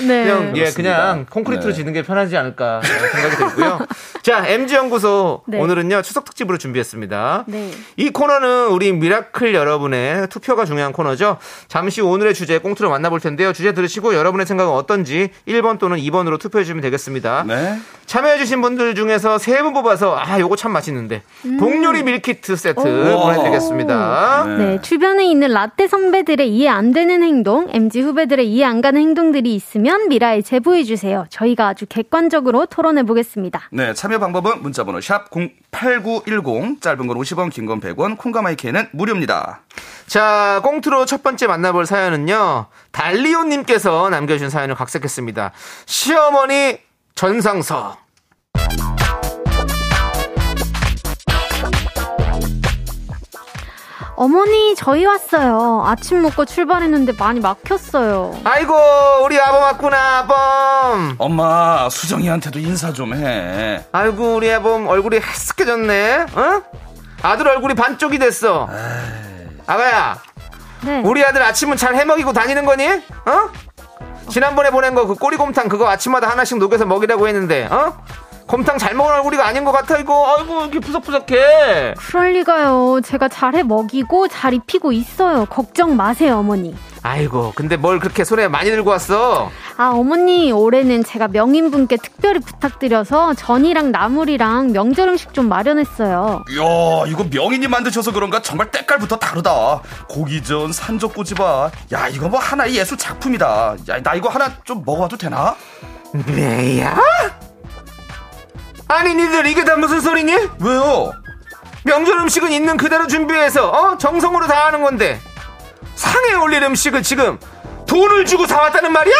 예.
네.
그냥 예, 그냥 콘크리트로
네.
지는 게 편하지 않을까 생각이 들고요. 자, MG 연구소
네.
오늘은요 추석 특집으로 준비했습니다.
네.
이 코너는 우리 미라클 여러분의 투표가 중요한 코너죠. 잠시 오늘의 주제 꽁트로 만나볼 텐데요. 주제 들으시고 여러분의 생각은 어떤지 1번 또는 2번으로 투표해 주시면 되겠습니다.
네.
참여해주신 분들 중에서 세 분 뽑아서 아 요거 참 맛있는데 복요리 밀키트 세트
오.
보내드리겠습니다.
네, 주변에 있는 라떼 선배들의 이해 안 되는 행동, MZ 후배들의 이해 안 가는 행동들이 있으면 미라에 제보해 주세요. 저희가 아주 객관적으로 토론해 보겠습니다.
네, 참여 방법은 문자번호 샵 08910, 짧은 건 50원, 긴 건 100원, 콩과 마이크는 무료입니다.
자, 꽁트로 첫 번째 만나볼 사연은요. 달리오님께서 남겨주신 사연을 각색했습니다. 시어머니 전상서.
어머니, 저희 왔어요. 아침 먹고 출발했는데 많이 막혔어요.
아이고, 우리 아범 왔구나, 아범.
엄마, 수정이한테도 인사 좀 해.
아이고, 우리 아범 얼굴이 헬쓱해졌네. 어? 아들 얼굴이 반쪽이 됐어. 아가야,
네.
우리 아들 아침은 잘 해먹이고 다니는 거니? 어? 지난번에 보낸 거 그 꼬리곰탕 그거 아침마다 하나씩 녹여서 먹이라고 했는데 어? 곰탕 잘 먹은 얼굴이가 아닌 것 같아 이거 아이고 이렇게 푸석푸석해
그럴 리가요. 제가 잘해 먹이고 잘 입히고 있어요. 걱정 마세요, 어머니.
아이고 근데 뭘 그렇게 손에 많이 들고 왔어
아, 어머니, 올해는 제가 명인분께 특별히 부탁드려서 전이랑 나물이랑 명절 음식 좀 마련했어요.
이야, 이거 명인이 만드셔서 그런가 정말 때깔부터 다르다. 고기전, 산적꼬지밥. 야, 이거 뭐 하나의 예술 작품이다. 야, 나 이거 하나 좀 먹어봐도 되나?
네야? 아니 니들 이게 다 무슨 소리니?
왜요?
명절 음식은 있는 그대로 준비해서 어? 정성으로 다 하는 건데 상에 올릴 음식을 지금 돈을 주고 사왔다는 말이야?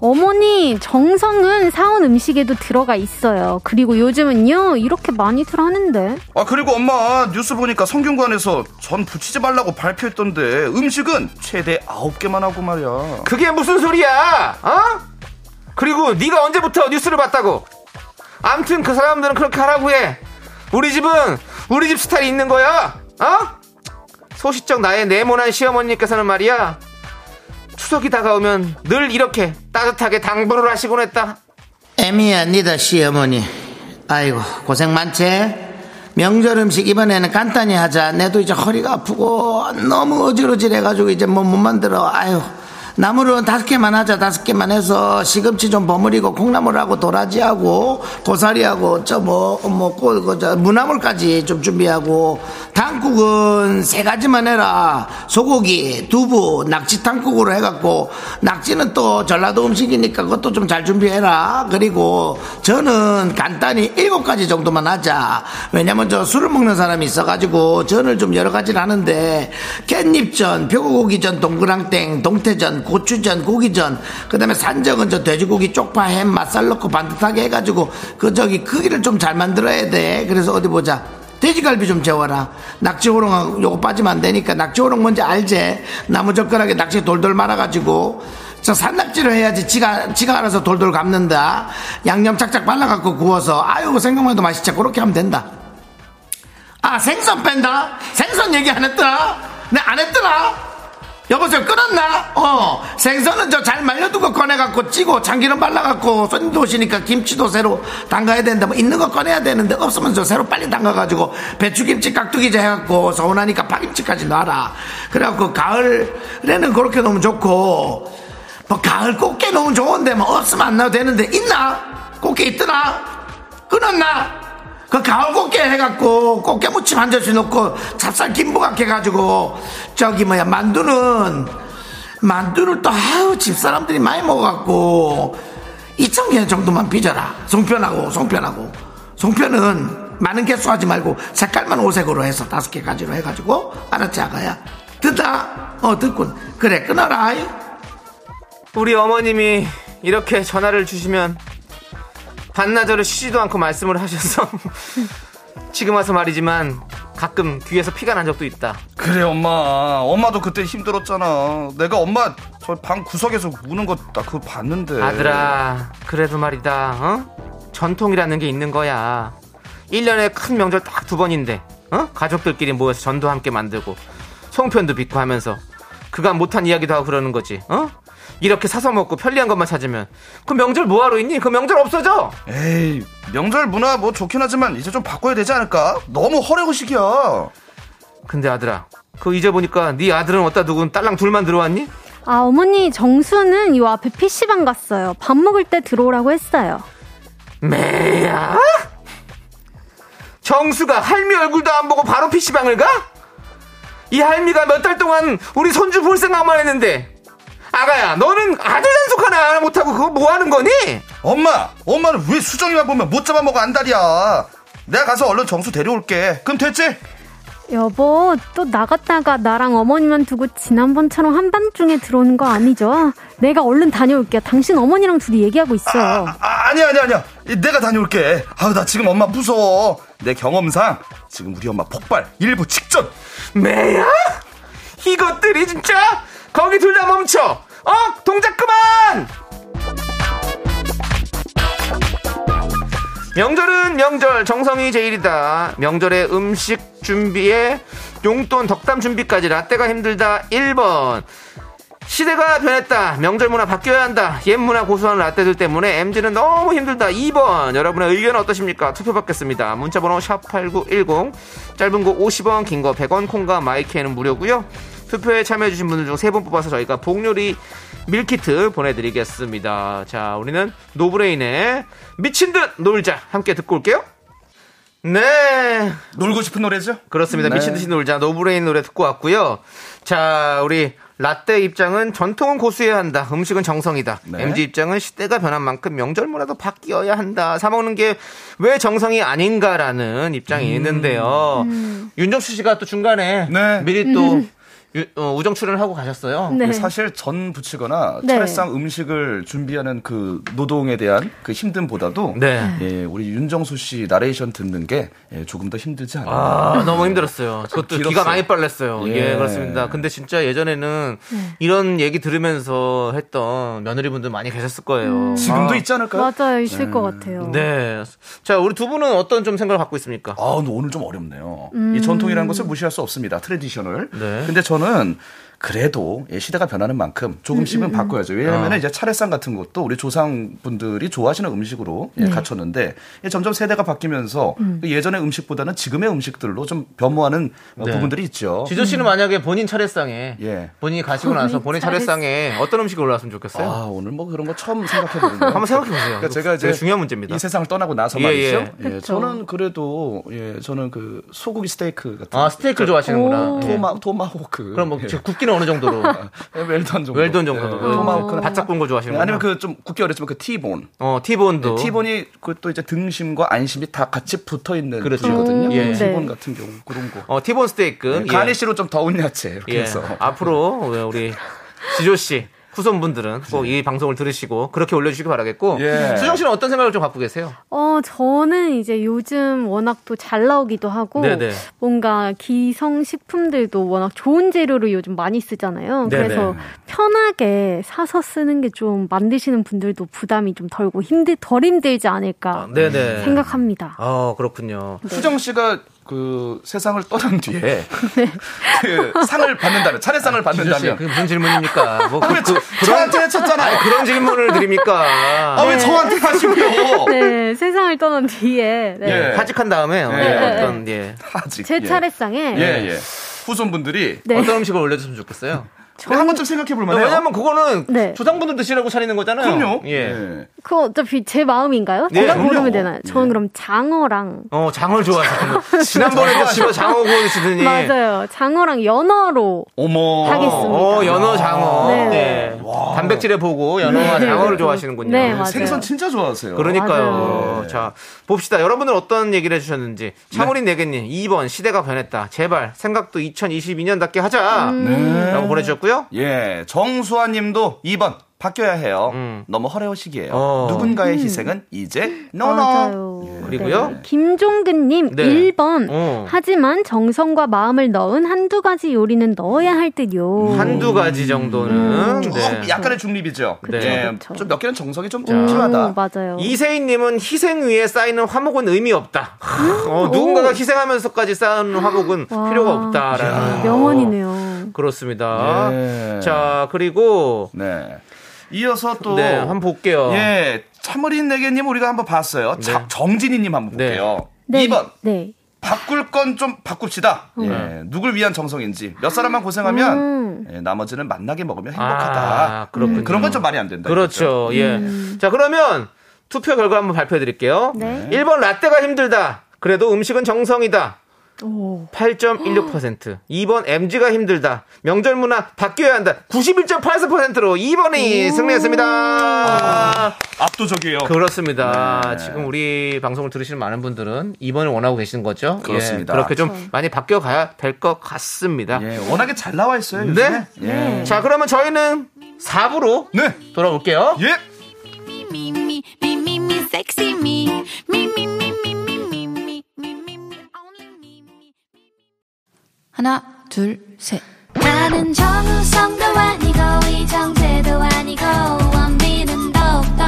어머니, 정성은 사온 음식에도 들어가 있어요. 그리고 요즘은요, 이렇게 많이들 하는데.
아, 그리고 엄마, 뉴스 보니까 성균관에서 전 붙이지 말라고 발표했던데 음식은 최대 9개만 하고 말이야.
그게 무슨 소리야? 어? 그리고 네가 언제부터 뉴스를 봤다고? 암튼 그 사람들은 그렇게 하라고 해. 우리 집은 우리 집 스타일이 있는 거야. 어? 소시적 나의 네모난 시어머니께서는 말이야. 추석이 다가오면 늘 이렇게 따뜻하게 당부를 하시곤 했다.
애미야 니다 시어머니 아이고 고생 많지 명절 음식 이번에는 간단히 하자 내도 이제 허리가 아프고 너무 어지러지해가지고 이제 뭐 못 만들어 아유 나물은 다섯 개만 하자 다섯 개만 해서 시금치 좀 버무리고 콩나물하고 도라지하고 고사리하고 뭐, 저뭐뭐꼬저 무나물까지 좀 준비하고 당국은 세 가지만 해라 소고기 두부 낙지 당국으로 해갖고 낙지는 또 전라도 음식이니까 그것도 좀 잘 준비해라 그리고 저는 간단히 일곱 가지 정도만 하자 왜냐면 저 술을 먹는 사람이 있어가지고 전을 좀 여러 가지를 하는데 깻잎전 표고기전 동그랑땡 동태전 고추전 고기전 그다음에 산적은 저 돼지고기 쪽파 햄 맛살 넣고 반듯하게 해가지고 그 저기 크기를 좀 잘 만들어야 돼 그래서 어디 보자 돼지갈비 좀 재워라. 낙지호롱 요거 빠지면 안 되니까 낙지호롱 뭔지 알제? 나무젓가락에 낙지 돌돌 말아가지고 저 산낙지를 해야지 지가 지가 알아서 돌돌 감는다. 양념 착착 발라갖고 구워서 아유 그 생각만해도 맛있지. 그렇게 하면 된다. 아 생선 뺀다. 생선 얘기 안 했더라. 내 안 했더라. 여보세요 끊었나? 어 생선은 저 잘 말려두고 꺼내갖고 찌고 참기름 발라갖고 손님도 오시니까 김치도 새로 담가야 된다 뭐 있는 거 꺼내야 되는데 없으면 저 새로 빨리 담가가지고 배추김치 깍두기제 해갖고 서운하니까 파김치까지 놔라 그래갖고 가을에는 그렇게 놓으면 좋고 뭐 가을 꽃게 놓으면 좋은데 뭐 없으면 안 놔도 되는데 있나? 꽃게 있더나? 끊었나? 그 가을 꽃게 해갖고 꽃게 무침 한 접시 넣고 찹쌀 김부각 해가지고 저기 뭐야 그러니까 만두는 만두를 또 아유 집사람들이 많이 먹어갖고 2,000개 정도만 빚어라 송편하고 송편하고 송편은 많은 개수 하지 말고 색깔만 오색으로 해서 다섯 개 가지로 해가지고 알았지 아가야 듣다 어 듣군 그래 끊어라 아이.
우리 어머님이 이렇게 전화를 주시면 반나절을 쉬지도 않고 말씀을 하셔서 [laughs] 지금 와서 말이지만 가끔 귀에서 피가 난 적도 있다.
그래, 엄마. 엄마도 그때 힘들었잖아. 내가 엄마 저 방 구석에서 우는 거 나 그거 봤는데.
아들아, 그래도 말이다, 어? 전통이라는 게 있는 거야. 1년에 큰 명절 딱 두 번인데, 어? 가족들끼리 모여서 전도 함께 만들고, 송편도 빚고 하면서, 그간 못한 이야기도 하고 그러는 거지, 어? 이렇게 사서 먹고 편리한 것만 찾으면, 그 명절 뭐하러 있니? 그 명절 없어져!
에이, 명절 문화 뭐 좋긴 하지만 이제 좀 바꿔야 되지 않을까? 너무 허례호식이야.
근데 아들아, 그거 잊어보니까 네 아들은 어디다 두고 딸랑 둘만 들어왔니?
아, 어머니, 정수는 요 앞에 PC방 갔어요. 밥 먹을 때 들어오라고 했어요.
매야? 정수가 할미 얼굴도 안 보고 바로 PC방을 가? 이 할미가 몇 달 동안 우리 손주 볼 생각만 했는데 아가야 너는 아들 단속 하나 못하고 그거 뭐 하는 거니?
엄마, 엄마는 왜 수정이만 보면 못 잡아먹어 안달이야. 내가 가서 얼른 정수 데려올게. 그럼 됐지?
여보, 또 나갔다가 나랑 어머니만 두고 지난번처럼 한밤중에 들어오는 거 아니죠? 내가 얼른 다녀올게요. 당신 어머니랑 둘이 얘기하고 있어요.
아, 아니야, 아니야, 아니야. 이, 내가 다녀올게. 아우, 나 지금 엄마 무서워. 내 경험상 지금 우리 엄마 폭발 일부 직전.
매야? 이것들이 진짜 거기 둘 다 멈춰 어? 동작 그만 명절은 명절 정성이 제일이다. 명절에 음식 준비에 용돈 덕담 준비까지 라떼가 힘들다. 1번. 시대가 변했다. 명절 문화 바뀌어야 한다. 옛 문화 고수하는 라떼들 때문에 MZ는 너무 힘들다. 2번. 여러분의 의견은 어떠십니까? 투표 받겠습니다. 문자번호 샵8910. 짧은 거 50원, 긴 거 100원, 콩과 마이크에는 무료고요 투표에 참여해주신 분들 중 3분 뽑아서 저희가 복요리 밀키트 보내드리겠습니다. 자, 우리는 노브레인의 미친 듯 놀자. 함께 듣고 올게요. 네.
놀고 싶은 노래죠?
그렇습니다.
네.
미친 듯이 놀자. 노브레인 노래 듣고 왔고요. 자, 우리 라떼 입장은 전통은 고수해야 한다. 음식은 정성이다.
네.
MG 입장은 시대가 변한 만큼 명절 문화도 바뀌어야 한다. 사 먹는 게 왜 정성이 아닌가라는
음.
입장이 있는데요. 윤정수 씨가 또 중간에
네.
미리 또 유- 어, 우정 출연을 하고 가셨어요.
음.
네.
그 사실 전 부치거나
네.
차례상 음식을 준비하는 그 노동에 대한 그 힘듦보다도
네.
예, 우리 윤정수 씨 나레이션 듣는 게 예, 조금 더 힘들지 않나.
아, 너무 힘들었어요. 그것도
길었어요.
기가 많이 빨렸어요. 예,
예.
그렇습니다. 근데 진짜 예전에는 이런 얘기 들으면서 했던 며느리분들 많이 계셨을 거예요.
음. 지금도
아.
있지 않을까요?
맞아요, 있을 것 같아요.
네. 자, 우리 두 분은 어떤 좀 생각을 갖고 있습니까?
아, 근데 오늘 좀 어렵네요.
음.
이 전통이라는 것을 무시할 수 없습니다. 트레디셔널.
네.
근데 저는 그래도 예, 시대가 변하는 만큼 조금씩은
음, 음, 음.
바꿔야죠. 왜냐하면
아.
이제 차례상 같은 것도 우리 조상분들이 좋아하시는 음식으로 예,
네.
갖췄는데 예, 점점 세대가 바뀌면서
음.
그 예전의 음식보다는 지금의 음식들로 좀 변모하는 어,
네.
부분들이 있죠.
지조 씨는 만약에 본인 차례상에
음. 예.
본인이 가시고 나서 본인
본인
차례상에 어떤 음식이 올라왔으면 좋겠어요?
아, 오늘 뭐 그런 거 처음 생각해
[laughs]
보는데.
한번 생각해 보세요.
그러니까 제가 이제
되게 중요한 문제입니다.
이 세상을 떠나고 나서
예,
말이죠.
예.
예,
그쵸.
저는 그래도 예, 저는 그 소고기 스테이크 같은
아, 스테이크를 좋아하시는구나. 예.
토마 토마호크. 예.
그럼 뭐 굽기는 어느 정도로?
웰던 정도.
웰던 정도.
아, 뭐 예,
음.
토마호크는
바짝 구운 거 좋아하시는구나.
아니면 그 좀 굽기 어렵지만 그 티본.
어, 티본도.
티본이 그 또 이제 등심과 안심이 다 같이 붙어 있는
그렇죠.
거거든요.
음, 예.
티본
네.
같은 경우 그런 거.
어, 티본 스테이크. 예.
예, 가니쉬로 좀 더운 야채 이렇게 해서.
아. 앞으로 우리 지조 씨 후손분들은 꼭 이 방송을 들으시고 그렇게 올려주시기 바라겠고
네. 예.
수정 씨는 어떤 생각을 좀 갖고 계세요?
어, 저는 이제 요즘 워낙 또 잘 나오기도 하고
네네.
뭔가 기성 식품들도 워낙 좋은 재료를 요즘 많이 쓰잖아요.
네네.
그래서 편하게 사서 쓰는 게 좀 만드시는 분들도 부담이 좀 덜고 힘들 덜 힘들지 않을까
아, 네네.
생각합니다.
아 그렇군요.
수정 씨가 그 세상을 떠난 뒤에 그 상을 받는다면 차례상을
지조 예. 아, 씨,
받는다면 아,
그게 무슨 질문입니까? 뭐 그,
왜 저한테 쳤잖아요.
아니, 그런 네. 질문을 드립니까?
아, 왜 저한테
[laughs]
하시고요?
네, 세상을 떠난 뒤에 네.
예. 하직한 다음에 어,
예.
어떤 예.
하직.
제 차례상에
네.
예, 예. 후손분들이
네.
어떤 음식을 올려줬으면 좋겠어요.
한번 좀 생각해 볼 만해요.
왜냐면 그거는
네.
조상분들 드시라고 차리는 거잖아요.
그럼요.
예.
[laughs] 그거 어차피 제 마음인가요?
네,
제가
그럼요. 예.
고르면 되나요? 저는 그럼 장어랑
어, 장어를 좋아하시는 지난번에도 집어 장어 구워주시더니.
맞아요. 장어랑 연어로
어머.
하겠습니다.
어, 연어 장어.
네.
네. 단백질에 보고 연어와
네.
장어를 좋아하시는군요.
네, 맞아요.
생선 진짜 좋아하세요.
그러니까요. 자, 봅시다. 여러분들 어떤 얘기를 해주셨는지. 창훈이 네개님, 2번, 시대가 변했다. 제발, 생각도 2022년답게 하자.
음.
네.
라고 보내주셨고요.
예, 정수아 님도 2번 바뀌어야 해요. 너무 허례호식이에요. 누군가의 희생은 이제
음. 맞아요. 네.
너너.
그리고요?
김종근님
네.
1번
어.
하지만 정성과 마음을 넣은 한두 가지 요리는 넣어야 할 듯요.
음.
한두 가지
음.
정도는. 네.
좀
어,
약간의 중립이죠. 네.
그쵸,
좀몇 개는 정성이 좀
음,
필요하다.
맞아요.
이세인님은 희생 위에 쌓이는 화목은 의미 없다. 하, 어, 누군가가 희생하면서까지 쌓은 화목은
음. 와.
필요가 없다라는.
명언이네요. 예.
그렇습니다.
네.
자, 그리고.
네. 이어서 또
네, 한번 볼게요.
예, 참으린 내게님 우리가 한번 봤어요. 자, 정진이님 한번 볼게요.
네.
2번
네.
바꿀 건 좀 바꿉시다.
음.
네.
예, 누굴 위한 정성인지 몇 사람만 고생하면 예, 나머지는 만나게 먹으면 행복하다.
음. 아, 그렇군요.
음, 그런 건 좀 말이 안 된다.
그렇죠. 예.
음.
자, 그러면 투표 결과 한번 발표해 드릴게요.
네.
1번 라떼가 힘들다. 그래도 음식은 정성이다.
오.
8.16%. 2번 MG가 힘들다. 명절 문화 바뀌어야 한다. 91.84%로 2번이 승리했습니다.
압도적이에요.
그렇습니다.
네.
지금 우리 방송을 들으시는 많은 분들은 2번을 원하고 계시는 거죠?
그렇습니다.
예, 그렇게 좀
그렇죠.
많이 바뀌어 가야 될 것 같습니다.
예, 워낙에 잘 나와 있어요. 요즘에.
네.
예. 네,
자, 그러면 저희는 4부로 돌아올게요.
예.
me, me, me, me, me, sexy me. Me, me, me, me, me, me, me, me, me, me, only me, me.
하나, 둘, 셋.
나는 정우성도 아니고 이정재도 아니고 원빈은 더욱더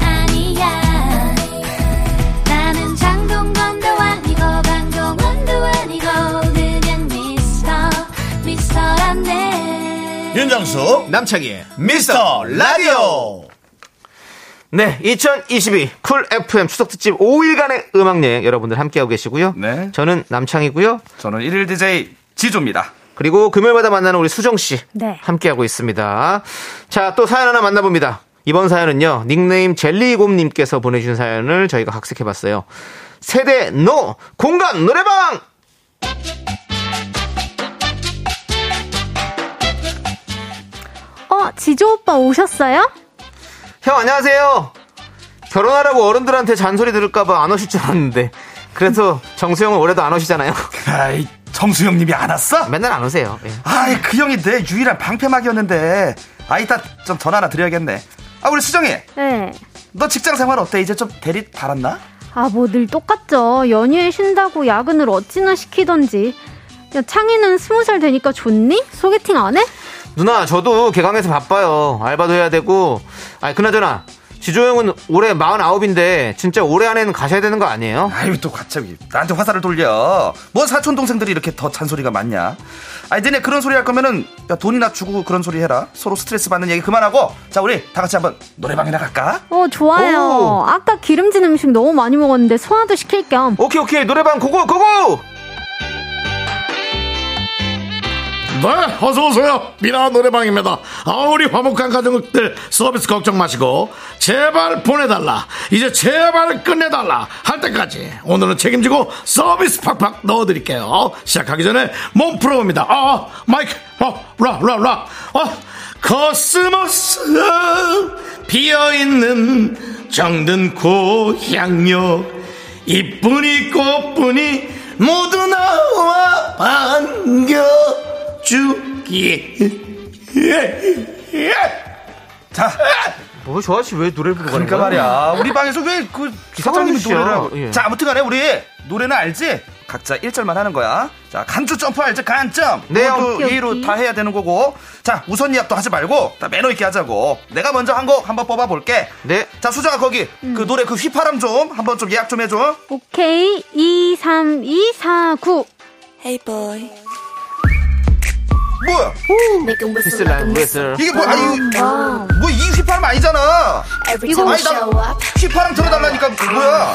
아니야
윤정수 남창희의 미스터 라디오
네, 2022 쿨 FM 추석 특집 5일간의 음악 여행 여러분들 함께하고 계시고요.
네.
저는 남창이고요.
저는 일일 DJ 지조입니다.
그리고 금요일마다 만나는 우리 수정 씨
네.
함께하고 있습니다. 자, 또 사연 하나 만나봅니다. 이번 사연은요, 닉네임 젤리곰님께서 보내주신 사연을 저희가 각색해봤어요. 세대 노 공간 노래방
어, 지조 오빠 오셨어요?
형 안녕하세요. 결혼하라고 어른들한테 잔소리 들을까봐 안 오실 줄 알았는데 그래서 정수형은 올해도 안 오시잖아요.
아이 정수형님이 안
[laughs]
왔어?
맨날 안 오세요. 예.
아이 그 형이 내 유일한 방패막이었는데 아 이따 좀 전화 하나 드려야겠네. 아 우리 수정이
네.
너 직장 생활 어때? 이제 좀 대리 달았나?
아, 뭐 늘 똑같죠. 연휴에 쉰다고 야근을 어찌나 시키던지. 야, 창희는 스무 살 되니까 좋니? 소개팅 안 해?
누나 저도 개강해서 바빠요. 알바도 해야 되고. 아 그나저나 지조형은 올해 49인데 진짜 올해 안에는 가셔야 되는 거 아니에요?
아유 또 갑자기 나한테 화살을 돌려. 뭔 사촌 동생들이 이렇게 더 잔소리가 많냐? 아이 너네 그런 소리 할 거면은 야, 돈이나 주고 그런 소리 해라. 서로 스트레스 받는 얘기 그만하고 자 우리 다 같이 한번 노래방이나 갈까?
어, 좋아요.
오.
아까 기름진 음식 너무 많이 먹었는데 소화도 시킬 겸.
오케이, 오케이. 노래방 고고, 고고!
네, 어서오세요. 미라 노래방입니다. 아, 우리 화목한 가족들 서비스 걱정 마시고, 제발 보내달라. 이제 제발 끝내달라. 할 때까지. 오늘은 책임지고 서비스 팍팍 넣어드릴게요. 시작하기 전에 몸 풀어봅니다. 아, 마이크, 어, 라, 라, 라. 어, 코스모스 비어있는 정든 고향역. 이뿐이 꽃뿐이 모두 나와 반겨주기에
예,
자
뭐 저아씨 왜 노래를 부르고
그러니까
가는 거야?
말이야. 우리 방에서 왜 그 사장님이
짓이야.
노래를 하고.
예.
자, 아무튼간에 우리 노래는 알지? 각자 1절만 하는 거야. 자, 간주 점프 알지? 간점.
네,
모두
오케이,
예로
오케이.
다 해야 되는 거고. 자, 우선 이야기도 하지 말고 다 매너 있게 하자고. 내가 먼저 한 곡 한번 뽑아 볼게.
네.
자, 수정아 거기 그 노래 그 휘파람 좀 한번 좀 예약 좀해 줘.
오케이, 2, 3, 2, 4, 9.
Hey boy.
뭐야?
Whistle like whistle.
이게 뭐야? 뭐이 휘파람 아니잖아.
이거
아니, 나 휘파람 들어 달라니까 뭐야?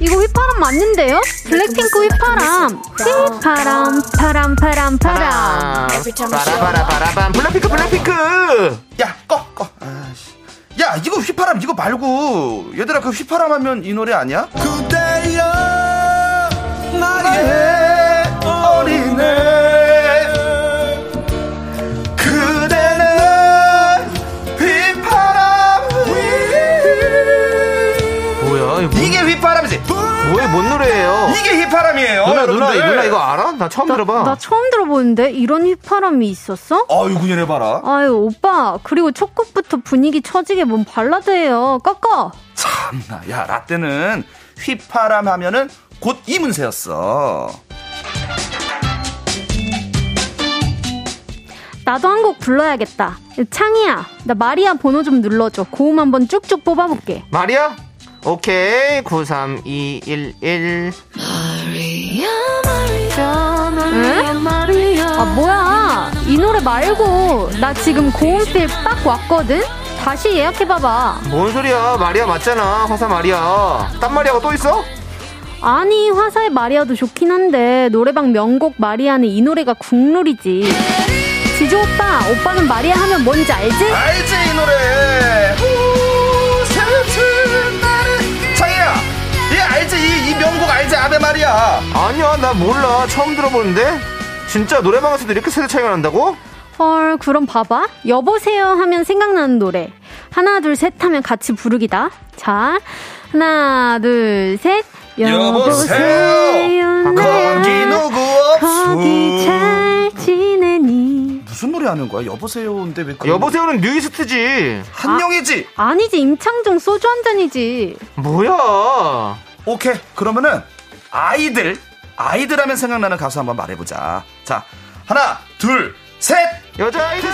이거 휘파람 맞는데요? 블랙핑크 휘파람. 휘파람, 파람, 파람, 파람.
아, 바라바라바라밤. 블랙핑크, 블랙핑크!
야, 꺼, 꺼. 아씨. 야, 이거 휘파람 이거 말고. 얘들아, 그 휘파람 하면 이 노래 아니야? 그대여 나의 어린애 그대는 휘파람 위
뭐야, 이거.
이게 휘파람이지
뭐야, 뭔 노래예요? 네,
이게 휘파람이에요
누나, 누나,
여러분들.
누나 이거 알아? 나 처음 들어봐.
나 처음 들어보는데 이런 휘파람이 있었어?
아유 그연해 봐라
아유 오빠 그리고 첫 곡부터 분위기 처지게 뭔 발라드예요 꺾어
참나 음, 야 라떼는 휘파람 하면은 곧 이문세였어
나도 한 곡 불러야겠다 창이야 나 마리아 번호 좀 눌러줘 고음 한번 쭉쭉 뽑아볼게
말이야? 오케이. 93211.
응? 아 뭐야 이 노래 말고 나 지금 고음필 빡 왔거든 다시 예약해봐봐
뭔 소리야? 마리아 맞잖아. 화사 마리아. 딴 마리아가 또 있어?
아니 화사의 마리아도 좋긴 한데 노래방 명곡 마리아는 이 노래가 국룰이지 지조 오빠 오빠는 마리아 하면 뭔지 알지?
알지 이 노래 우세트 나를 창희야 얘 알지 이, 이 명곡 알지 아베 마리아
아니야, 나 몰라. 처음 들어보는데? 진짜 노래방에서도 이렇게 세대 차이가 난다고?
헐, 그럼 봐봐. 여보세요 하면 생각나는 노래. 하나, 둘, 셋 하면 같이 부르기다. 자, 하나, 둘, 셋.
여보세요.
나야.
거기 누구 없어.
거기 잘 지내니.
무슨 노래 하는 거야 여보세요인데 왜
여보세요는 아. 뉴이스트지.
한영이지
아니지, 임창정 소주 한 잔이지.
뭐야
오케이 그러면은 아이들 아이들 하면 생각나는 가수 한번 말해보자 자 하나 둘 셋
여자아이들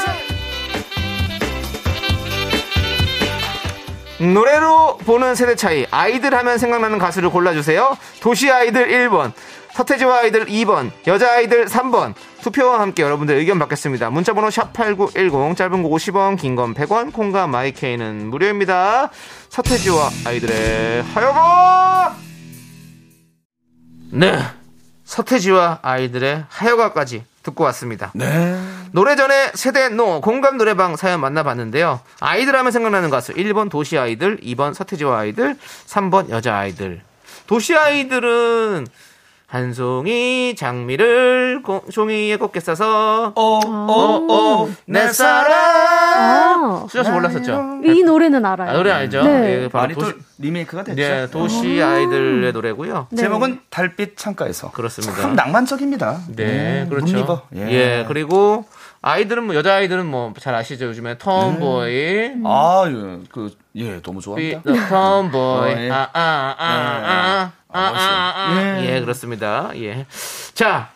노래로 보는 세대 차이 아이들 하면 생각나는 가수를 골라주세요 도시 아이들 1번 서태지와 아이들 2번, 여자아이들 3번. 투표와 함께 여러분들 의견 받겠습니다. 문자번호 샵8910, 짧은 거 50원, 긴 건 100원, 콩과 마이케이는 무료입니다. 서태지와 아이들의 하여가! 네. 서태지와 아이들의 하여가까지 듣고 왔습니다.
네.
노래 전에 세대 노 공감 노래방 사연 만나봤는데요. 아이들 하면 생각나는 가수 1번 도시 아이들, 2번 서태지와 아이들, 3번 여자 아이들. 도시 아이들은 한 송이 장미를 고- 종이에 곱게 싸서
내
아,
어? 오오오내
사랑.
수저 씨 몰랐었죠?
이 노래는
어?
알아요.
아, 노래 알죠?
네.
예, 바로
많이 또
도시-
리메이크가 됐죠.
네, 도시 아이들의 노래고요.
네. 제목은 달빛 창가에서.
그렇습니다.
참 낭만적입니다.
네,
음,
그렇죠.
문리버.
예. 그리고 아이들은 뭐 여자 아이들은 뭐 잘 아시죠 요즘에 톰보이.
아, 예, 그, 예, 너무
비-
좋아합니다. 어,
톰보이.
예.
아, 아, 아, 아, 아, 아, 아.
예.
예, 그렇습니다. 예. 자,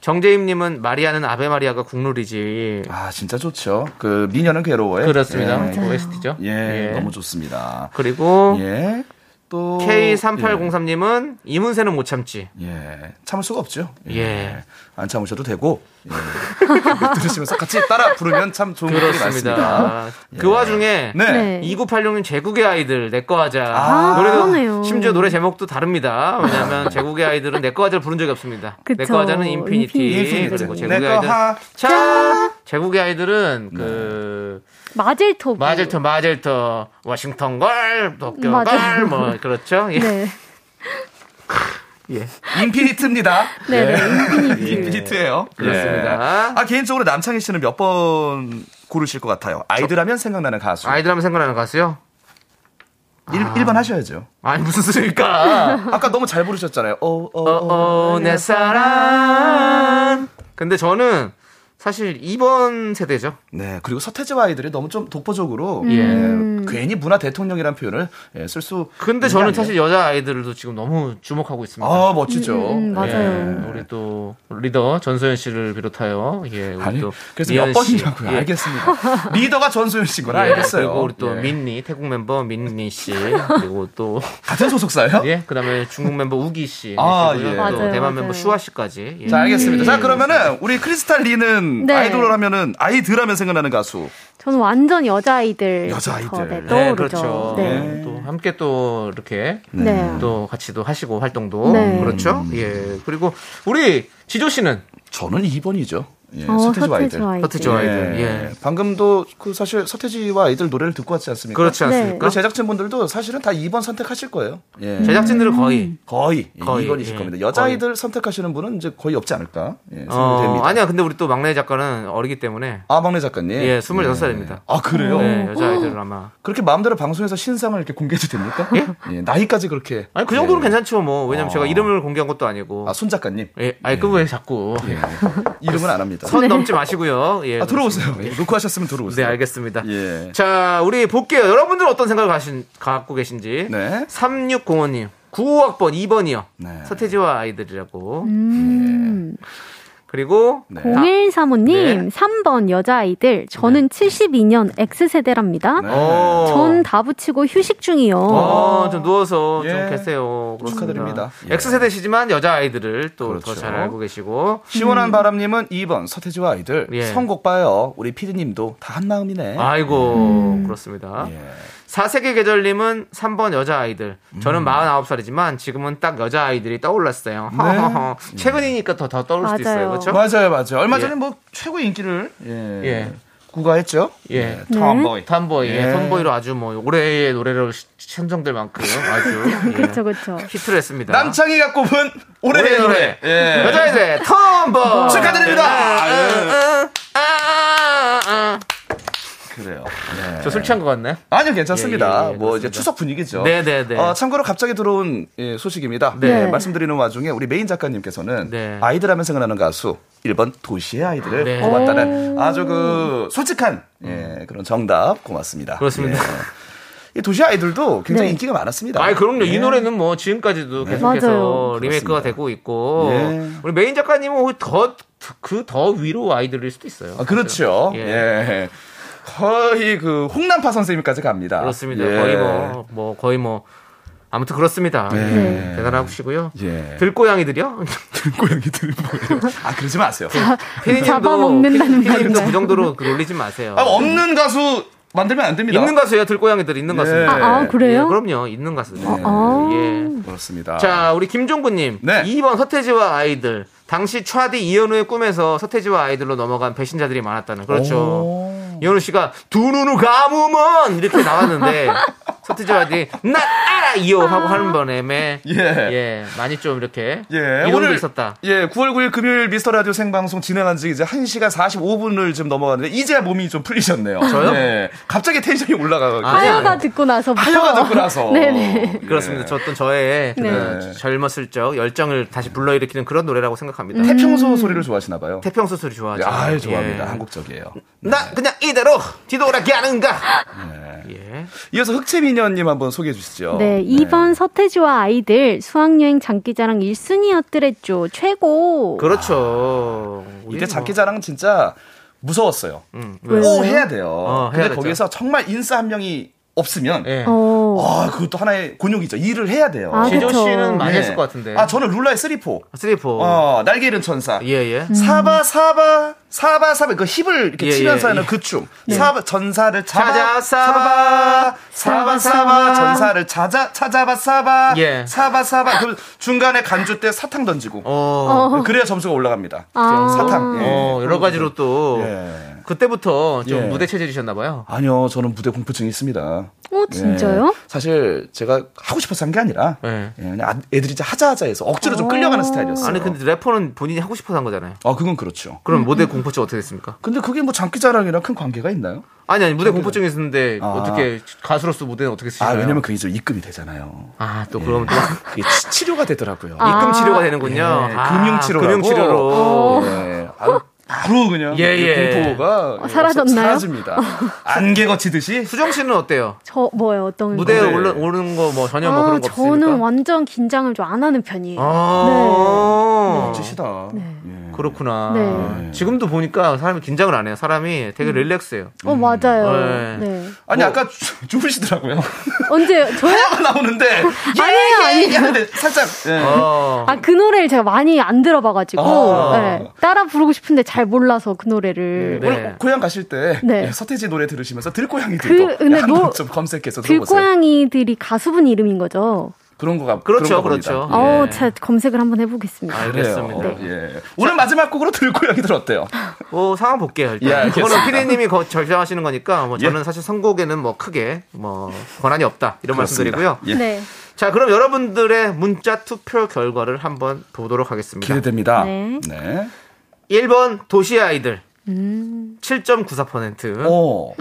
정재임님은 마리아는 아베 마리아가 국룰이지.
아, 진짜 좋죠. 그, 미녀는 괴로워해.
그렇습니다.
예.
OST죠.
예,
예.
너무 좋습니다.
그리고
예. 또
K3803님은 이문세는 못 참지.
예. 참을 수가 없죠.
예.
안 참으셔도 되고 예. [laughs] 들으시면서 같이 따라 부르면 참 좋은 노래이
그렇습니다. [laughs]
많습니다.
그 와중에
예, 네.
2986님 제국의 아이들 내 거 하자.
아,
그러네요.
심지어 노래 제목도 다릅니다.
[laughs]
왜냐하면 제국의 아이들은 내 거 하자를 부른 적이 없습니다.
그쵸.
내 거 하자는 인피니티,
인피니티.
그리고
내
제국의
거
아이들은
하- 네.
자 제국의 아이들은 그
마젤토.
마젤터 마젤터 워싱턴 걸 도쿄
맞아요.
걸뭐 그렇죠. 예.
네.
예.
인피니트입니다.
네, 네,
인피니트. 인피니트예요.
그렇습니다.
예. 아 개인적으로 남창희 씨는 몇 번 고르실 것 같아요. 아이들 하면 생각나는 가수.
아이들 하면 생각나는 가수요?
1, 일번 하셔야죠.
아니 무슨
[laughs]
소리일까?
아까 너무 잘 부르셨잖아요. 어, 어,
어, 어, 내 사랑. 근데 저는 사실 2번 세대죠.
네, 그리고 서태지와 아이들이 너무 좀 독보적으로
예.
예, 괜히 문화 대통령이라는 표현을 예, 쓸수
근데 저는 사실 여자 아이들도 지금 너무 주목하고 있습니다.
아, 멋지죠. 음, 음,
맞아요. 예, 우리 또 리더 전소연 씨를 비롯하여 예, 우리
아니,
또
그래서
미연
몇
씨.
번이냐고요.
예.
알겠습니다. 리더가 전소연 씨구나.
예,
알겠어요.
그리고 우리 또
예.
민니 태국 멤버 민니
[laughs]
씨 그리고 또
같은 소속사예요?
예, 그다음에 중국 멤버 우기 씨,
아,
그리고
예.
또
맞아요,
대만
맞아요.
멤버 슈아 씨까지. 예.
자, 알겠습니다.
예.
자, 그러면은 우리 크리스탈 리는
네.
아이돌을 하면은 아이들 하면 생각나는 가수.
저는 완전 여자아이들.
여자아이들.
네,
네,
떠오르죠.
그렇죠.
네.
네, 또 함께 또 이렇게
네.
또 같이 도 하시고 활동도
네.
그렇죠. 예. 그리고 우리 지조 씨는
저는 2번이죠. 예,
어, 서태지와 아이들.
서태지와 아이들.
네.
예.
방금도 그 사실 서태지와 아이들 노래를 듣고 왔지 않습니까?
그렇지 않습니까?
그 제작진분들도 사실은 다 2번 선택하실 거예요. 예.
제작진들은 거의
거의,
거의,
2번이실
예,
겁니다. 여자아이들 선택하시는 분은 이제 거의 없지 않을까? 예,
어,
생각됩니다.
아니야. 근데 우리 또 막내 작가는 어리기 때문에
아, 막내 작가님.
예, 26살입니다.
아, 그래요?
네, 여자아이들 아마.
그렇게 마음대로 방송에서 신상을 이렇게 공개해도 됩니까? 예? 나이까지 그렇게.
아니, 그 정도는
예.
괜찮죠, 뭐. 왜냐면
아.
제가 이름을 공개한 것도 아니고.
아, 손 작가님.
예, 아니, 그왜 자꾸.
이름은 안 합니다.
선 넘지 마시고요. 예.
아, 들어오세요. 예, 놓고 하셨으면 들어오세요.
네, 알겠습니다.
예.
자, 우리 볼게요. 여러분들 은 어떤 생각을 가신, 갖고 계신지.
네.
3605님, 95학번 2번이요. 서태지와 아이들이라고. 네.
음.
그리고.
네.
다-
0135님,
네.
3번 여자아이들. 저는 72년 X세대랍니다.
네.
어.
전 다 붙이고 휴식 중이요.
어, 좀 누워서 좀
예.
계세요.
축하드립니다.
예. X세대시지만 여자 아이들을 또 더 잘 알고 계시고.
시원한 바람님은 2번 서태지와 아이들
예.
선곡 봐요. 우리 피디님도 다 예? 한마음이네. 예.
아이고, 그렇습니다. 사세계 계절님은 3번 여자 아이들.
음.
저는 49살이지만 지금은 딱 여자 아이들이 떠올랐어요. 허허허. 최근이니까 더, 더 떠올 수도 있어요. 그렇죠?
네. 음. 맞아요, 맞아요. 얼마 전에
예.
뭐 최고 인기를 예.
예.
구가했죠.
예.
네. 톰보이.
톰보이. 예.
예.
톰보이로 아주 뭐 올해의 노래로 시- 선정될 만큼 아주
[laughs]
예.
그렇죠, 그렇죠.
히트를 했습니다.
남창희가 꼽은 올해의
올해의 노래.
노래. 예.
여자애들 톰보이.
축하드립니다. 예.
아, 아, 아, 아.
그래요. 네.
저술 취한 것 같나요?
아니요, 괜찮습니다.
예, 예, 예,
뭐 이제
그렇습니다.
추석 분위기죠.
네네네.
어, 참고로 갑자기 들어온 예, 소식입니다.
네.
예, 말씀드리는 와중에 우리 메인 작가님께서는
네.
아이들 하면 생각나는 가수 1번 도시의 아이들을
네.
꼽았다는 아주 그 솔직한 예, 그런 정답 고맙습니다.
그렇습니다.
예. 이 도시 의 아이들도 굉장히
네.
인기가 많았습니다.
아이 그럼요.
예.
이 노래는 뭐 지금까지도
네.
계속해서
맞아요.
리메이크가 되고 있고
예.
우리 메인 작가님은 더그 더 위로 아이들일 수도 있어요.
아, 그렇죠. 예. 거의 그 홍남파 선생님까지 갑니다.
그렇습니다.
예. [laughs]
거의 뭐, 뭐 거의 뭐 아무튼 그렇습니다.
네.
대단하시고요.
예. [laughs]
들고양이들이요? 들고양이들
아 그러지 마세요.
잡아먹는다는
말인가요?
그 정도로 그 놀리지 마세요.
아, 없는 가수 만들면 안 됩니다.
있는 가수예요. 들고양이들 있는
예.
가수입니다.
아, 아,
그래요?
예, 그럼요. 있는 가수들. 예.
그렇습니다.
자, 우리 김종구님.
네.
2번 서태지와 아이들. 당시 차디 이현우의 꿈에서 서태지와 아이들로 넘어간 배신자들이 많았다는. 그렇죠. 이현우 씨가 두 눈을 감으면 이렇게
[laughs]
나왔는데 서태지와 아이들이 나 알아 이요 하고 하는 번에
예.
예 많이 좀 이렇게
예,
이동도 있었다.
예, 9월 9일 금요일 미스터 라디오 생방송 진행한 지 이제 1시간 45분을 좀 넘어갔는데 이제 몸이 좀 풀리셨네요.
저요?
예. 갑자기 텐션이 올라가가지고.
하여가 듣고 나서부터.
하여가 듣고 나서.
[laughs] 네네.
예.
그렇습니다. 저 어떤 저의
네.
그 젊었을 적 열정을 다시 불러일으키는 그런 노래라고 생각합니다.
태평소 소리를 좋아하시나 봐요.
태평소 소리 좋아하죠.
음. 아, 좋아합니다.
예.
한국적이에요.
나 그냥 이대로 뒤돌아게 하는가?
네.
예.
이어서 흑채미녀님 한번 소개해 주시죠.
어,
네, 2번 서태지와 아이들 수학여행 장기자랑 1순위였더랬죠. 최고.
그렇죠.
어, 이때 장기자랑 진짜 무서웠어요.
왜요?
오 해야 돼요.
음. 어,
근데
해야 되죠. 예.
거기에서 정말 인싸 한 명이 없으면
오.
아 그것도 하나의 곤욕이죠. 일을 해야 돼요.
아, 지조 그쵸. 씨는 많이 했을 것 같은데.
아 저는 룰라의 쓰리포.
쓰리포.
어 날개 잃은 천사.
예예.
음.
사바 사바 사바 사바 그 힙을 이렇게
예, 예,
치면서 하는
예.
그 춤. 사바 전사를
찾아,
찾아
사바.
사바 사바 사바 전사를 찾아 찾아봐 사바
예.
사바 사바 그 중간에 간주 때 사탕 던지고.
어.
그래야 점수가 올라갑니다.
아.
사탕. 예.
어, 여러 가지로 또 그때부터 좀
예.
무대 체질이셨나 봐요.
아니요, 저는 무대 공포증이 있습니다.
네.
어, 진짜요?
예, 사실 제가 하고 싶어서 한 게 아니라 예, 그냥 아- 애들이 이제 하자 하자 해서 억지로 좀 끌려가는
그렇죠.
스타일이었어요.
아니 근데 래퍼는 본인이 하고 싶어서 한 거잖아요.
아, 그건 그렇죠.
음,
그럼 무대 공포증 어떻게 됐습니까?
근데 그게 뭐 장기자랑이랑 큰 관계가 있나요?
아니 아니 무대 공포증이 있었는데
아.
어떻게 가수로서 무대는 어떻게
아,
쓰시나요?
왜냐면 그게 좀 입금이 되잖아요.
아, 또 그럼 또
그게 치- 치료가 되더라고요.
아. 입금 치료가 되는군요.
예,
아,
금융치료라고.
어.
금융치료로.
예, 바로, 바로 그냥
예, 예.
공포가
어, 사라졌나요? [laughs]
사라집니다. 안개 거치듯이.
수정 씨는 어때요?
저 뭐예요? 어떤
무대에
거예요?
올라, 오르는 거 뭐 전혀
아,
뭐 그런 거
저는 네.
없습니까?
완전 긴장을 좀 안 하는 편이에요.
아,
어. 멋지시다.
그렇구나.
네.
지금도 보니까 사람이 긴장을 안 해요. 사람이 되게 릴렉스해요.
어 맞아요.
네.
네.
아니, 아까 주무시더라고요. [laughs] 아,
언제 저요?
하나가 나오는데. 예,
아니에요, 아니에요.
예, 하는데 살짝. 예.
어,
아 그 노래를 제가 많이 안 들어봐가지고
아.
네. 따라 부르고 싶은데 잘 몰라서 그
네.
노래를
오늘 고향 가실 때
네.
예, 서태지 노래 들으시면서 들고양이들도
그, 근데
한번
노-
좀 검색해서 들어보세요.
들고양이들이 가수분 이름인 거죠. 네,
그런 거 같,
그렇죠,
그런 거
그렇죠.
봅니다.
어,
예. 아,
제가 검색을 한번 해보겠습니다. 네.
알겠습니다.
예. 오늘 마지막 곡으로 들고양이들 어때요?
뭐 상황 볼게요.
예,
일단
알겠습니다.
그거는 피디님이 거- 결정하시는 거니까 뭐
예.
저는 사실 선곡에는 뭐 크게 뭐 권한이 없다 이런
그렇습니다.
말씀드리고요.
예.
네.
자 그럼 여러분들의 문자 투표 결과를 한번 보도록 하겠습니다.
기대됩니다.
네.
1번 도시 아이들
음.
7.94%.
네. 오.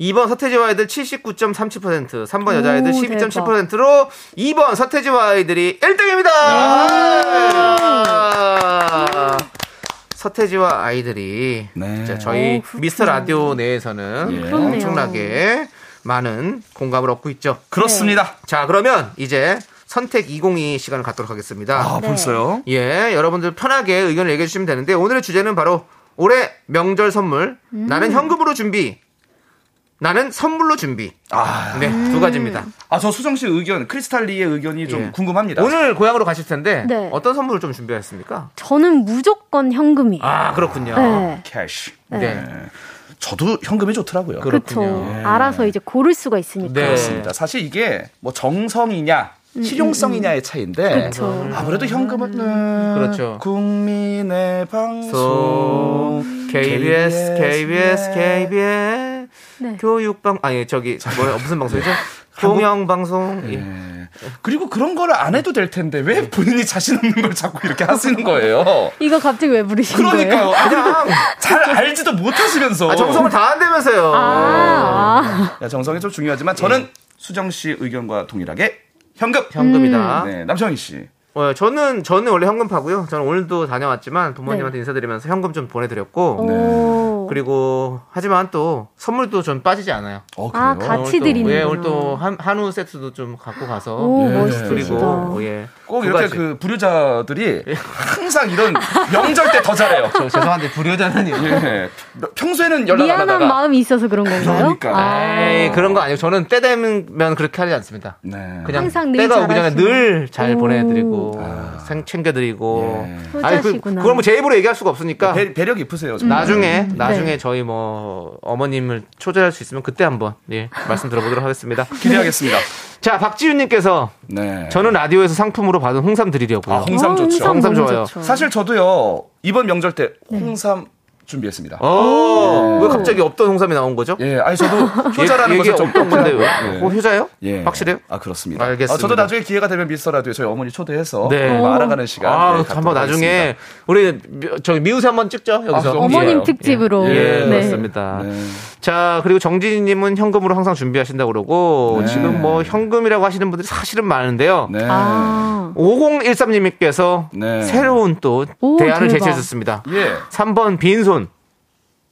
2번 서태지와 아이들 79.37%, 3번 여자아이들
오,
12.7%로 2번 서태지와 아이들이 1등입니다!
네.
서태지와 아이들이 진짜 저희
오, 어, 그렇구나.
미스터 라디오 내에서는
그렇네요.
엄청나게 많은 공감을 얻고 있죠.
그렇습니다.
자, 그러면 이제 선택 202 시간을 갖도록 하겠습니다.
아, 벌써요?
예, 여러분들 편하게 의견을 얘기해 주시면 되는데 오늘의 주제는 바로 올해 명절 선물
음.
나는 현금으로 준비 나는 선물로 준비
아,
네, 두
음.
가지입니다.
아, 저 수정 씨 의견, 크리스탈 리의 의견이 좀
예.
궁금합니다.
오늘 고향으로 가실 텐데
네.
어떤 선물을 좀 준비하셨습니까?
저는 무조건 현금이에요.
아, 그렇군요.
네.
캐시.
네.
저도 현금이 좋더라고요.
그렇죠. 알아서 이제 고를 수가 있으니까.
네.
그렇습니다. 사실 이게 뭐 정성이냐 실용성이냐의 차이인데
그쵸.
아무래도 현금은 음,
그렇죠.
국민의 방송
KBS, KBS, KBS
네.
교육방 아니 저기 네. 뭐 무슨 방송이죠? 공영 방송 예.
그리고 그런 거를 안 해도 될 텐데 왜 본인이 자신 없는 걸 자꾸 이렇게 하시는 거예요?
이거 갑자기 왜 부르신
그러니까요.
거예요?
아, 그냥 잘 알지도 못하시면서
네. 아, 정성을 다한다면서요.
아,
야, 정성이 좀 중요하지만 저는 수정 씨 의견과 동일하게 현금
예.
음.
현금이다. 아?
네, 남창희 씨
어, 저는 저는 원래 현금 파고요. 저는 오늘도 다녀왔지만
네.
부모님한테 인사드리면서 현금 좀 보내드렸고
네.
그리고 하지만 또 선물도 좀 빠지지 않아요.
그래요? 아, 같이
오늘 또,
드리는구나.
예, 오늘 또 한, 한우 세트도 좀 갖고 가서
오,
예.
멋있으시다.
그리고 예,
꼭
두
이렇게
가지. 예.
그 불효자들이 항상 이런 명절 때 더 잘해요.
저 죄송한데 불효자는요.
예. 평소에는 연락 안
미안한
하다가
마음이 있어서 그런 건가요? 아.
에이, 예, 그런 거 아니고 저는 때 되면 그렇게 하지 않습니다.
네.
그냥
항상 늘
때가 오기 전에
잘하시네.
늘 잘
오.
보내드리고
아.
생 챙겨드리고.
예.
그,
효자시구나.
그걸 뭐 제 입으로 얘기할 수가 없으니까.
그러니까 배, 배려 깊으세요. 정말.
아. 나중에
네.
음.
나중에 저희 뭐 어머님을 초대할 수 있으면 그때 한번 예, 말씀 들어보도록
[laughs]
하겠습니다. [laughs]
기대하겠습니다.
자 박지윤님께서
네.
저는 라디오에서 상품으로 받은 홍삼 드리려고요.
아, 홍삼 어, 좋죠. 홍삼
홍삼
너무
좋아요.
좋죠. 사실 저도요 이번 명절 때
네.
홍삼 준비했습니다.
어, 왜 갑자기 없던 홍삼이 나온 거죠?
예, 아니 [laughs] 저도 효자라는
얘기
것을 좀
없던 건데 왜?
예.
어, 효자요?
예.
확실해요?
아 그렇습니다.
알겠습니다.
아, 저도 나중에 기회가 되면 미스터 라디오 저희 어머니 초대해서
네.
뭐 알아가는 시간.
아,
예, 갖도록
한번 나중에
하겠습니다.
우리 미- 저기 미우새 한번 찍죠 여기서.
너무 어머님 좋아요.
특집으로.
예, 예,
네.
그렇습니다. 자 그리고 정진희님은 현금으로 항상 준비하신다 고 그러고
네.
지금 뭐 현금이라고 하시는 분들이 사실은 많은데요.
아.
네. 5013님께서 새로운 또
오,
대안을
대박.
제시해줬습니다.
예.
3번 빈손.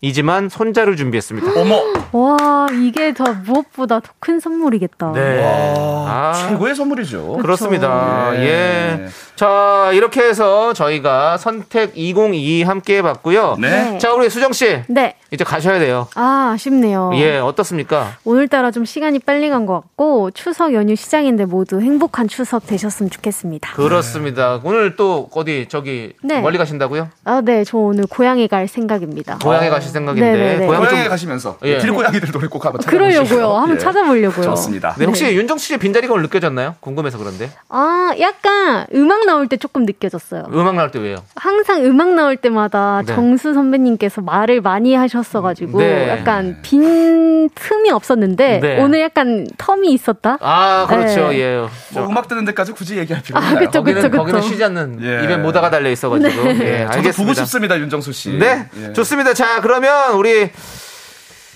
이지만 손자를 준비했습니다.
어머.
와, 이게 더 무엇보다 더 큰 선물이겠다.
네. 아.
최고의 선물이죠.
그렇습니다.
그렇죠.
예. 자, 이렇게 해서 저희가 선택 2022 함께 봤고요.
네.
자, 우리 수정 씨.
네.
이제 가셔야 돼요.
아, 아쉽네요.
예, 어떻습니까?
오늘따라 좀 시간이 빨리 간 것 같고 추석 연휴 시장인데 모두 행복한 추석 되셨으면 좋겠습니다.
그렇습니다. 오늘 또 어디 저기
네.
멀리 가신다고요?
아, 네, 저 오늘 고향에 갈 생각입니다.
고향에 가실 생각인데
네네네.
고향
고향에
좀-
가시면서
예.
들고양이들 노래 꼭 한번 찾아보시죠.
어, 그러려고요. 한번
예.
찾아보려고요.
좋습니다.
네, 혹시 윤정 씨의 빈자리가 오늘 느껴졌나요? 궁금해서 그런데.
아, 약간 음악 나올 때 조금 느껴졌어요.
음악 나올 때 왜요?
항상 음악 나올 때마다
네.
정수 선배님께서 말을 많이 하셨어가지고
네.
약간 빈 틈이 없었는데
네.
오늘 약간 텀이 있었다.
아, 그렇죠.
네.
예.
뭐 음악 듣는 데까지 굳이 얘기할 필요가
아,
없나요?
그쵸,
거기는,
그쵸, 그쵸.
거기는 쉬지 않는 입에 모다가 달려 있어가지고.
네.
예,
예. 저도 보고
알겠습니다.
싶습니다, 윤정수 씨.
네,
예.
좋습니다. 자, 그러면 우리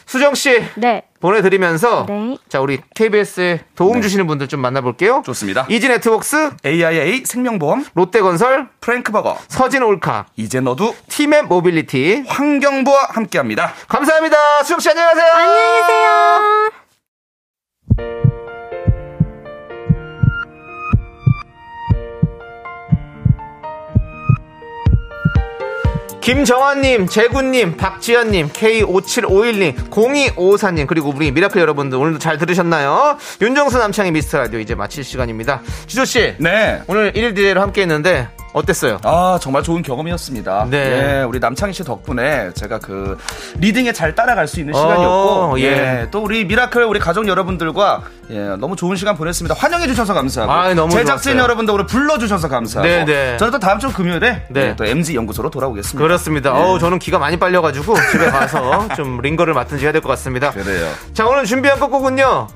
수정 씨
네.
보내드리면서
네.
자 우리 KBS에 도움 주시는 분들 좀 만나볼게요.
네. 좋습니다.
이지네트웍스,
AIA 생명보험,
롯데건설,
프랭크버거,
서진올카,
이제 너도
팀앱 모빌리티.
환경부와 함께합니다.
감사합니다. 수정 씨 안녕하세요. 안녕히
계세요.
김정환님, 재구님, 박지현님, K5751님, 0254님, 그리고 우리 미라클 여러분들 오늘도 잘 들으셨나요? 윤정수 남창의 미스터 라디오 이제 마칠 시간입니다. 지조씨,
네.
오늘 1일 디제이로 함께 했는데 어땠어요?
아 정말 좋은 경험이었습니다.
네.
예, 우리 남창희 씨 덕분에 제가 그 리딩에 잘 따라갈 수 있는
어,
시간이었고,
예.
예. 또 우리 미라클 우리 가족 여러분들과 예, 너무 좋은 시간 보냈습니다. 환영해 주셔서 감사하고,
아이, 너무
제작진
좋았어요.
여러분들 오늘 불러 주셔서 감사하고,
네, 네.
저는 또 다음 주 금요일에
네.
예, 또 MZ 연구소로 돌아오겠습니다.
음. 그렇습니다.
예.
어우, 저는 기가 많이 빨려가지고 집에 가서 [laughs] 좀 링거를 맡든지 해야 될 것 같습니다.
그래요.
자, 오늘 준비한 끝곡은요.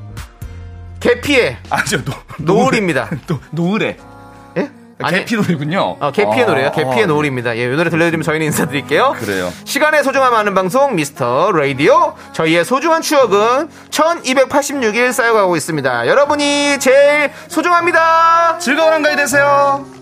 개피의
아니요, 노,
노을입니다.
노, 노을에.
예?
아, 개피 노래군요.
어, 개피의
아,
노래요. 개피의
아,
노을입니다. 예, 이 노래 들려드리면 저희는 인사드릴게요.
그래요.
시간의 소중함 아는 방송 미스터 라디오. 저희의 소중한 추억은 1286일 쌓여가고 있습니다. 여러분이 제일 소중합니다.
즐거운 한가위 되세요.